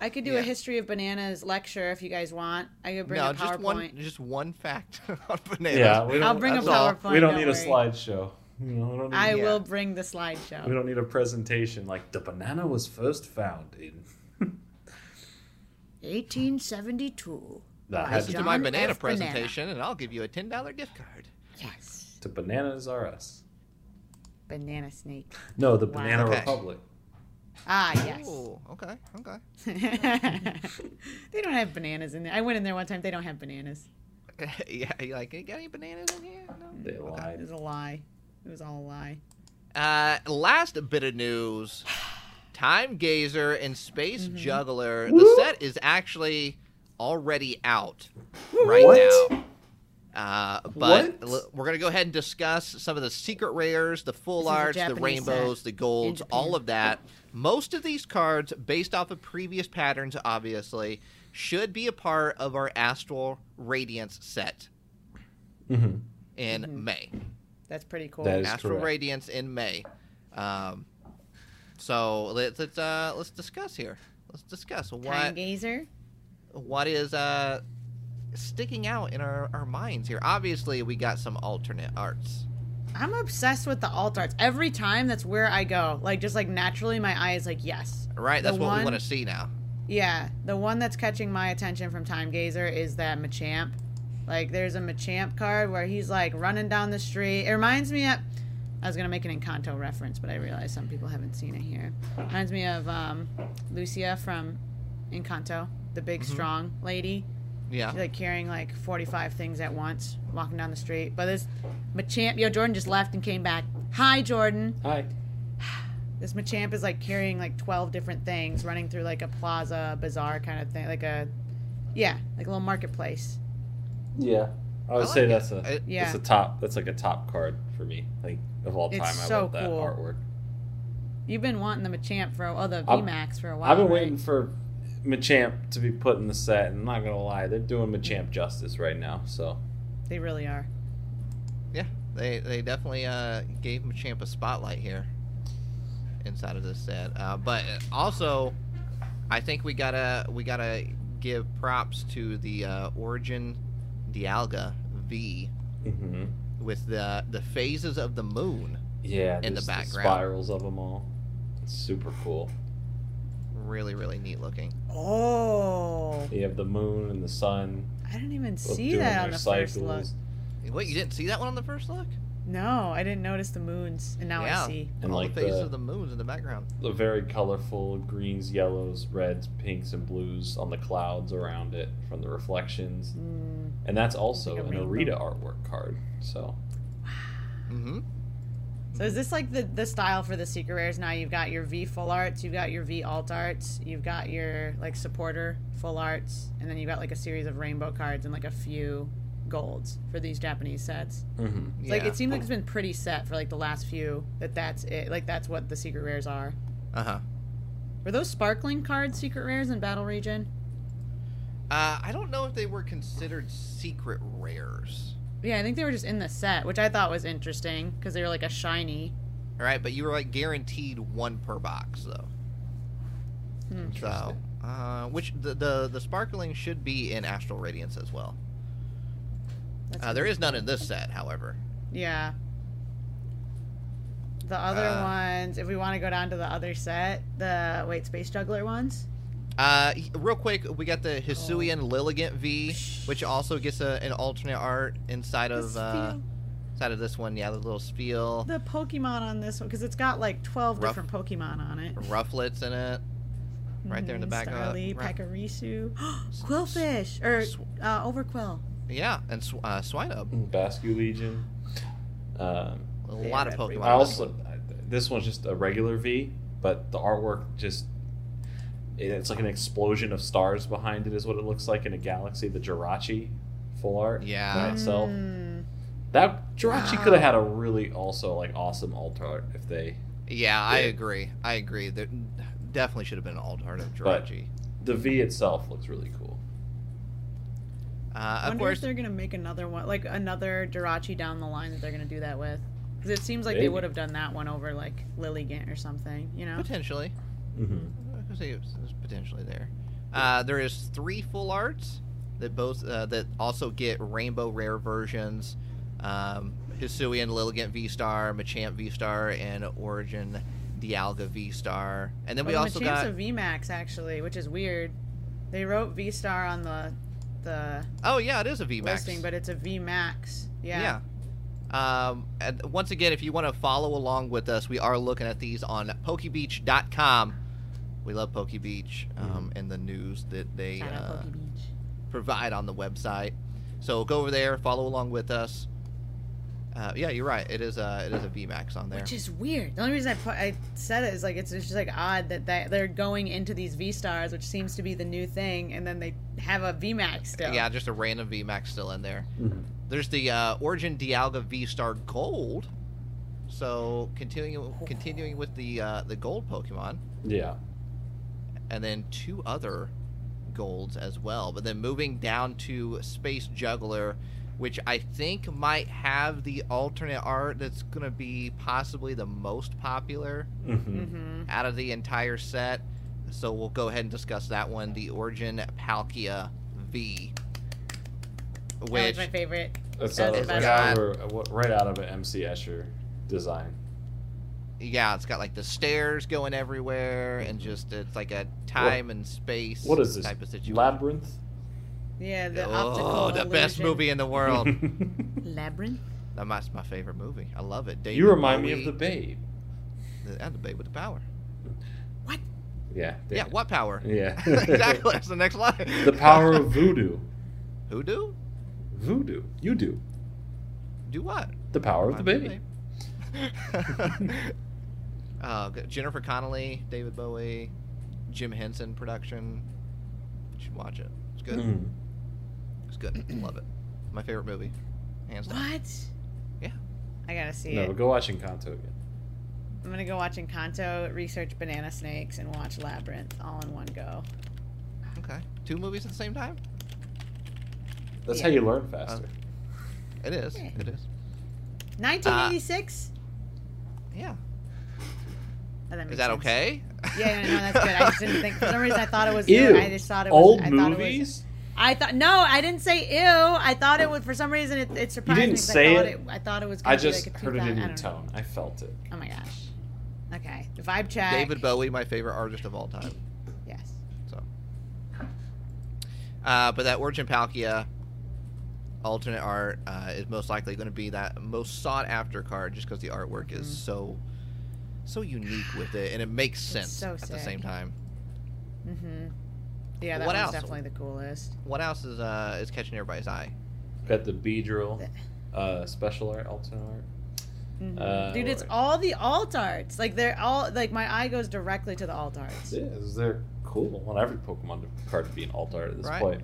S3: I could do
S1: Yeah.
S3: a history of bananas lecture if you guys want. I could bring
S1: no,
S3: a
S1: just one,
S3: PowerPoint.
S1: just one fact on bananas.
S2: Yeah, we don't,
S3: I'll bring a
S2: that's all.
S3: PowerPoint,
S2: We don't
S3: don't
S2: need a
S3: worry.
S2: slideshow. You know, we don't need,
S3: I
S1: Yeah.
S3: will bring the
S2: we
S3: slideshow.
S2: don't need a presentation like the banana was first found in.
S5: 1872.
S2: That had
S1: listen
S2: to
S1: to
S2: do-
S1: my
S5: John
S1: banana
S5: F. Banana.
S1: presentation, and I'll give you a ten dollar gift card.
S3: Yes,
S2: to bananas are us.
S3: banana snake.
S2: No, the Banana
S1: Okay.
S2: Republic.
S3: Ah, yes.
S1: Oh, okay, okay.
S3: they don't have bananas in there. I went in there one time. They don't have bananas.
S1: yeah, you like, you got any bananas in here? No?
S2: They
S3: It
S2: lied.
S3: was a lie. It was all a lie.
S1: Uh, last bit of news: Time Gazer and Space
S3: Mm-hmm.
S1: Juggler. The set is actually already out right
S2: What?
S1: now. Uh, but
S2: What?
S1: l- we're gonna go ahead and discuss some of the secret rares, the full
S3: This is a
S1: arts, the
S3: Japanese
S1: rainbows,
S3: set
S1: the golds,
S3: in Japan.
S1: all of that. Most of these cards, based off of previous patterns, obviously, should be a part of our Astral Radiance set
S2: hmm
S1: in
S3: Mm-hmm.
S1: May.
S3: That's pretty cool.
S2: That is
S1: Astral
S2: correct.
S1: Radiance in May. Um, so let's let's, uh, let's discuss here. Let's discuss
S3: Time
S1: what
S3: gazer.
S1: what is uh, sticking out in our, our minds here. Obviously, we got some alternate arts.
S3: I'm obsessed with the alt arts. Every time, that's where I go. Like just like naturally, my eye is like yes.
S1: Right,
S3: The
S1: that's what we
S3: one-
S1: want to see now.
S3: Yeah, the one that's catching my attention from Time Gazer is that Machamp. Like, there's a Machamp card where he's like running down the street. It reminds me of. I was gonna make an Encanto reference, but I realize some people haven't seen it here. Reminds me of um, Lucia from Encanto, the big strong lady.
S1: Yeah,
S3: She's like carrying like 45 things at once, walking down the street. But this Machamp, yo, Jordan just left and came back. Hi, Jordan.
S2: Hi.
S3: This Machamp is like carrying like 12 different things, running through like a plaza, bazaar kind of thing. Like a, yeah, like a little marketplace.
S2: Yeah. I would
S1: I
S2: say
S1: like
S2: that's
S1: it.
S2: a
S1: I-
S3: Yeah.
S2: that's a top that's like a top card for me. Like of all
S3: It's
S2: time I
S3: so
S2: love that
S3: cool.
S2: artwork.
S3: You've been wanting the Machamp for, oh, the
S2: I've-
S3: VMAX for a while.
S2: I've been
S3: right?
S2: waiting for Machamp to be put in the set, and I'm not gonna lie, they're doing Machamp justice right now. So
S3: They really are.
S1: yeah. They they definitely uh, gave Machamp a spotlight here inside of this set. Uh, but also, I think we gotta we gotta give props to the uh, Origin Dialga V
S2: mm-hmm.
S1: with the the phases of the moon.
S2: yeah,
S1: In the
S2: just
S1: background.
S2: spirals of them all. It's super cool.
S1: Really, really neat looking.
S3: Oh,
S2: You have the moon and the sun.
S3: I didn't even
S2: both
S3: see
S2: doing
S3: that on
S2: their
S3: the first look.
S2: cycles,
S1: Wait, you didn't see that one on the first look?
S3: No, I didn't notice the moons, and now
S1: Yeah.
S3: I see.
S2: And
S1: All
S2: like
S1: the phases
S2: the-
S1: of the moons in the background.
S2: The very colorful greens, yellows, reds, pinks, and blues on the clouds around it from the reflections,
S3: Mm,
S2: and that's also
S3: Like a
S2: an
S3: rainbow.
S2: Arita artwork card. So
S1: Mm-hmm.
S3: So is this like the the style for the secret rares now? You've got your V full arts, you've got your V alt arts, you've got your like supporter full arts, and then you've got like a series of rainbow cards and like a few golds for these Japanese sets.
S2: mhm.
S1: Yeah.
S3: Like it seems like it's been pretty set for like the last few that that's it. Like that's what the secret rares are.
S1: uh-huh.
S3: Were those sparkling cards secret rares in Battle Region?
S1: Uh I don't know if they were considered secret rares.
S3: Yeah, I think they were just in the set, which I thought was interesting because they were like a shiny.
S1: All right, but you were like guaranteed one per box though. So,
S2: Interesting.
S1: uh, which the, the the sparkling should be in Astral Radiance as well.
S3: That's
S1: Uh, there is none in this set, however.
S3: Yeah. The other
S1: Uh,
S3: ones, if we want to go down to the other set, the wait, space juggler ones.
S1: Uh, he- real quick, we got the
S3: Oh.
S1: Hisuian Lilligant V, which also gets a, an alternate art inside of
S3: The
S1: uh,
S3: spiel.
S1: inside of this one. Yeah, the little spiel,
S3: The Pokemon on this one, because it's got like twelve
S1: Ruff-
S3: different Pokemon on it.
S1: rufflets in it, right there in the
S3: Mhm,
S1: back uh, of
S3: Starly,
S1: it. Right.
S3: Pekarisu, Quillfish, or
S1: Sw-
S3: uh, Overquill.
S1: Yeah, and sw- uh, Swinub.
S2: Bascu Mm, Legion. Um,
S1: A lot of
S3: Everywhere.
S1: Pokemon.
S2: I also I- this one's just a regular V, but the artwork just it's like an explosion of stars behind it is what it looks like in a galaxy. The Jirachi full art
S1: Yeah.
S2: by itself.
S3: Mm,
S2: That Jirachi
S3: Wow.
S2: could have had a really also like awesome alt art if they
S1: Yeah, I
S2: Yeah.
S1: agree. I agree. There definitely should have been an alternative
S2: But-
S1: Jirachi.
S2: the V itself looks really cool.
S1: Uh,
S3: I
S1: of
S3: wonder
S1: course,
S3: if they're gonna make another one, like another Jirachi down the line that they're gonna do that with, because it seems like they
S2: Maybe.
S3: would have done that one over like Lilligant or something, you know?
S1: potentially.
S2: Mm-hmm.
S1: I could say it was- it was potentially there. Uh, there is three full arts that both uh, that also get rainbow rare versions. Um, Hisuian Lilligant V Star, Machamp V Star, and Origin Dialga V Star, and then we
S3: Well,
S1: also
S3: Oh, Machamp's
S1: got
S3: a VMAX actually, which is weird. They wrote V Star on the the
S1: oh yeah, it is a V Max.
S3: listing, but it's a VMAX. Yeah.
S1: Yeah. Um, and once again, if you want to follow along with us, we are looking at these on PokeBeach.com. We love PokeBeach um, and the news that they
S3: Mm-hmm. Shout out
S1: uh,
S3: Pokey Beach.
S1: provide on the website. So go over there, follow along with us. Uh, yeah, you're right. It is a it is a VMAX on there.
S3: Which is weird. The only reason I put, I said it is like it's just like odd that they, they're going into these V stars, which seems to be the new thing, and then they have a VMAX still.
S1: Yeah, just a random VMAX still in there. There's the uh, Origin Dialga V Star Gold. So continuing continuing with the uh, the gold Pokemon,
S2: Yeah.
S1: and then two other golds as well. But then moving down to Space Juggler, which I think might have the alternate art that's going to be possibly the most popular
S2: Mm-hmm.
S3: Mm-hmm.
S1: out of the entire set. So we'll go ahead and discuss that one. The Origin Palkia V,
S3: That
S1: which
S3: was my favorite.
S2: That's
S3: That
S2: out
S3: is
S2: of, right,
S1: bad.
S2: out of, a- right out of an MC Escher design.
S1: yeah, it's got like the stairs going everywhere, and just it's like a time and space.
S2: What is this?
S1: type of situation?
S2: Labyrinth?
S3: Yeah, the optical.
S1: oh, the best
S3: illusion.
S1: movie in the world.
S5: Labyrinth?
S1: That- That's my favorite movie. I love it. David
S2: you remind me of
S1: Bowie,
S2: the babe.
S1: the, and the babe with the power.
S2: Yeah. damn
S1: Yeah,
S2: it.
S1: what power?
S2: Yeah.
S1: exactly. That's the next line.
S2: the power of voodoo.
S1: Hoodoo?
S2: Voodoo. You do.
S1: Do what?
S2: The power of the
S1: Remind me
S2: baby.
S1: of the babe. uh, g- Jennifer Connelly, David Bowie, Jim Henson production. You should watch it. It's good.
S2: Mm.
S1: It's good. love it. My favorite movie, hands down.
S3: What?
S1: Yeah.
S3: I gotta see
S2: No,
S3: it.
S2: but go watch Encanto again.
S3: I'm gonna go watch Encanto, research banana snakes, and watch Labyrinth all in one go.
S1: Okay, two movies at the same time.
S2: That's
S3: Yeah.
S2: how you learn faster.
S1: Oh. It is.
S3: Yeah.
S1: It is.
S3: 1986.
S1: Yeah.
S3: Oh,
S1: Is
S3: makes
S1: that
S3: sense.
S1: okay?
S3: Yeah, yeah, no, that's good. I just didn't think. For some reason, I thought it was.
S2: Ew.
S3: I just thought it was.
S2: Old
S3: I thought It was,
S2: movies?
S3: I thought no, I didn't say ew. I thought it was for some reason it, it surprised
S2: didn't
S3: me. 'cause
S2: say
S3: I thought
S2: it.
S3: I thought it was. Gonna
S2: I just
S3: be like a
S2: heard it
S3: 2000
S2: in
S3: I
S2: your
S3: don't know.
S2: tone. I felt it.
S3: Oh my gosh. Okay, the vibe check.
S1: David Bowie, my favorite artist of all time.
S3: Yes.
S1: So. Uh, but that Origin Palkia alternate art uh, is most likely going to be that most sought after card just because the artwork
S3: Mm-hmm.
S1: is so so unique with it and it makes sense
S3: so
S1: at the
S3: sick.
S1: same time.
S3: Mm-hmm. Yeah, that
S1: What
S3: one's
S1: else?
S3: definitely the coolest.
S1: What else is uh, is catching everybody's eye?
S2: Got the B drill, uh, special art, alternate art.
S3: Mhm.
S2: Uh,
S3: Dude, it's
S2: what-
S3: all the alt arts. Like they're all like my eye goes directly to the alt arts.
S2: Yeah, they're cool. I want every Pokemon card to be an alt art at this
S1: Right.
S2: point.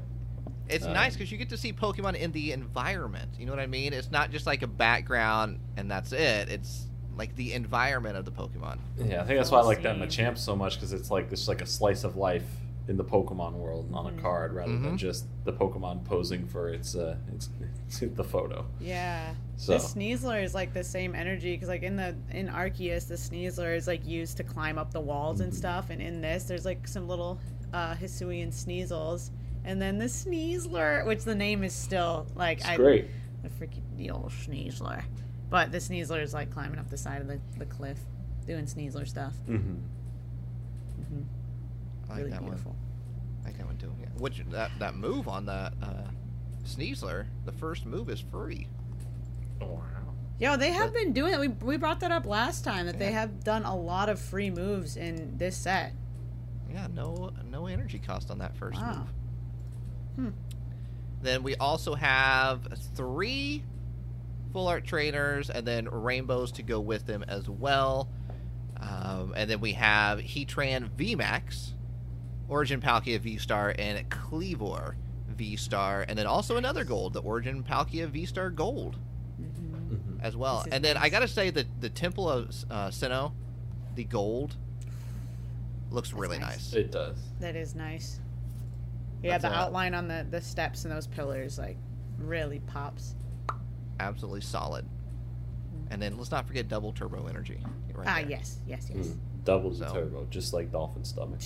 S1: It's
S2: Uh,
S1: nice because you get to see Pokemon in the environment. You know what I mean? It's not just like a background and that's it. It's like the environment of the Pokemon.
S2: Yeah, I think that's why I like that Machamp so much because it's like this like a slice of life in the Pokemon world on a card rather than
S1: Mhm.
S2: just the Pokemon posing for its uh its, the photo.
S3: Yeah.
S2: So
S3: The sneezler is like the same energy because like in the in Arceus, the sneezler is like used to climb up the walls
S1: Mm-hmm.
S3: and stuff, and in this, there's like some little uh, Hisuian sneezels, and then the sneezler, which the name is still like
S2: it's
S3: I
S2: great.
S3: the freaking the old sneezler, but the sneezler is like climbing up the side of the, the cliff, doing sneezler stuff.
S2: Mm-hmm.
S1: I like
S3: Really
S1: that one.
S3: beautiful.
S1: I think that one too. Yeah. Which that that move on that uh, Sneasler, the first move is free. Oh,
S2: Wow.
S3: Yo, they have been doing it. We we brought that up last time that they
S1: Yeah.
S3: have done a lot of free moves in this set.
S1: Yeah, no no energy cost on that first
S3: Wow.
S1: move. Then we also have three full art trainers, and then rainbows to go with them as well. Um, and then we have Heatran VMAX, Origin Palkia V Star, and Cleavor V Star, and then also another gold, the Origin Palkia V Star Gold.
S2: Mm-hmm.
S1: as well.
S3: This is
S1: And then I gotta say that the Temple of uh, Sinnoh, the gold, looks really nice.
S3: nice.
S2: It does.
S3: That is nice. Yeah,
S1: That's
S3: the
S1: a-
S3: outline on the the steps and those pillars like really pops.
S1: Absolutely solid. And then let's not forget double turbo energy. Right
S3: ah,
S1: there. Mm-hmm.
S3: yes, yes, yes.
S2: Mm. Double the
S1: So.
S2: turbo, just like Dolphin Stomach.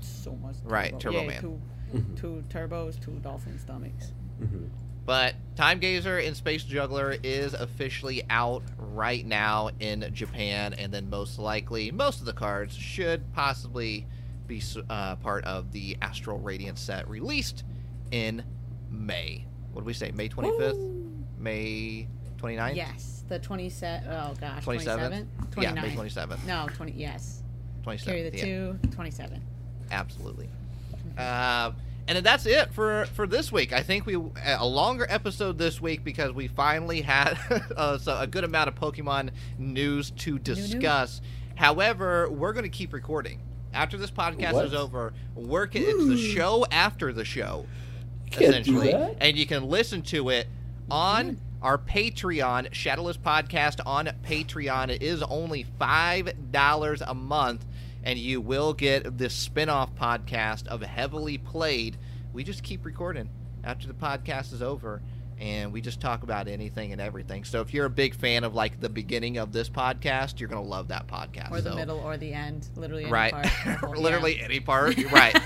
S3: So much.
S1: Right, Turbo
S3: Yeah,
S1: Man.
S3: Two,
S2: Mhm.
S3: two turbos, two dolphin stomachs.
S2: Mm-hmm.
S1: But Time Gazer and Space Juggler is officially out right now in Japan, and then most likely most of the cards should possibly be s- uh, part of the Astral Radiant set released in May. What did we say? May 25th? May 29th?
S3: Yes, the twenty seven. Oh
S1: 27th?
S3: gosh, 27?
S1: Yeah,
S3: 29.
S1: May 27th.
S3: No, twenty. Yes,
S1: 27th.
S3: carry the
S1: yeah.
S3: two. Mm-hmm. Twenty seven.
S1: Absolutely. Um, And that's it for for this week. I think we a longer episode this week because we finally had uh, so a good amount of Pokemon news to discuss. However, we're going to keep recording after this podcast
S2: What?
S1: is over. Work it, it's the show after the show,
S2: Can't do
S1: essentially,
S2: that. Hmm.
S1: and you can listen to it on. Our Patreon, Shadowless Podcast on Patreon. It is only $5 a month, and you will get this spin off podcast of Heavily Played. We just keep recording after the podcast is over, and we just talk about anything and everything. So if you're a big fan of like the beginning of this podcast, you're going to love that podcast.
S3: or the
S1: So-
S3: middle or the end, literally. any
S1: Right.
S3: part, the whole-
S1: Literally
S3: yeah.
S1: any part. Right.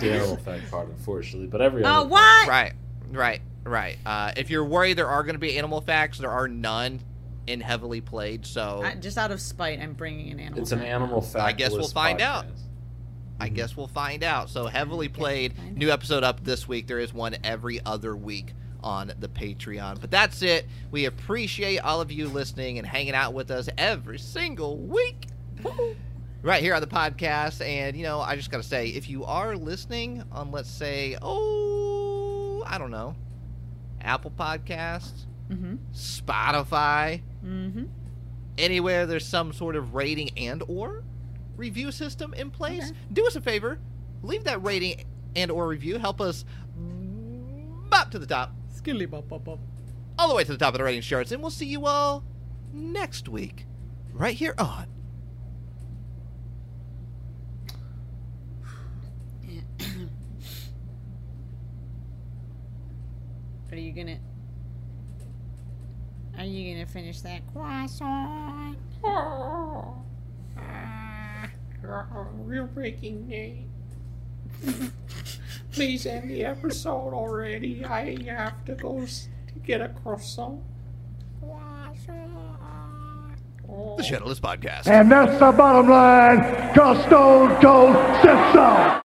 S2: the animal effect part, unfortunately, but every
S3: Oh
S1: Uh,
S2: other part.
S3: what?
S1: Right, right, right. Uh, if you're worried there are going to be animal facts, there are none in heavily played. So
S3: I- just out of spite, I'm bringing an animal.
S2: It's an
S3: back.
S2: animal fact.
S1: guess we'll
S2: list
S1: find out.
S2: podcast.
S1: I
S3: Mm-hmm.
S1: guess we'll find out. So heavily played.
S3: find out.
S1: New episode up this week. There is one every other week on the Patreon. But that's it. We appreciate all of you listening and hanging out with us every single week. Right here on the podcast. And, you know, I just got to say, if you are listening on, let's say, oh, I don't know, Apple Podcasts,
S3: Mhm.
S1: Spotify,
S3: Mm-hmm.
S1: anywhere there's some sort of rating and or review system in place do us a favor leave that rating and or review help us bop to the top
S3: Skilly bop bop bop.
S1: all the way to the top of the rating charts and we'll see you all next week right here on
S3: Are you gonna? Are you gonna finish that croissant?
S7: Real breaking news. Please end the episode already. I have to go s- to get a croissant.
S1: the shadowless podcast
S8: And that's the bottom line. Costco told said so.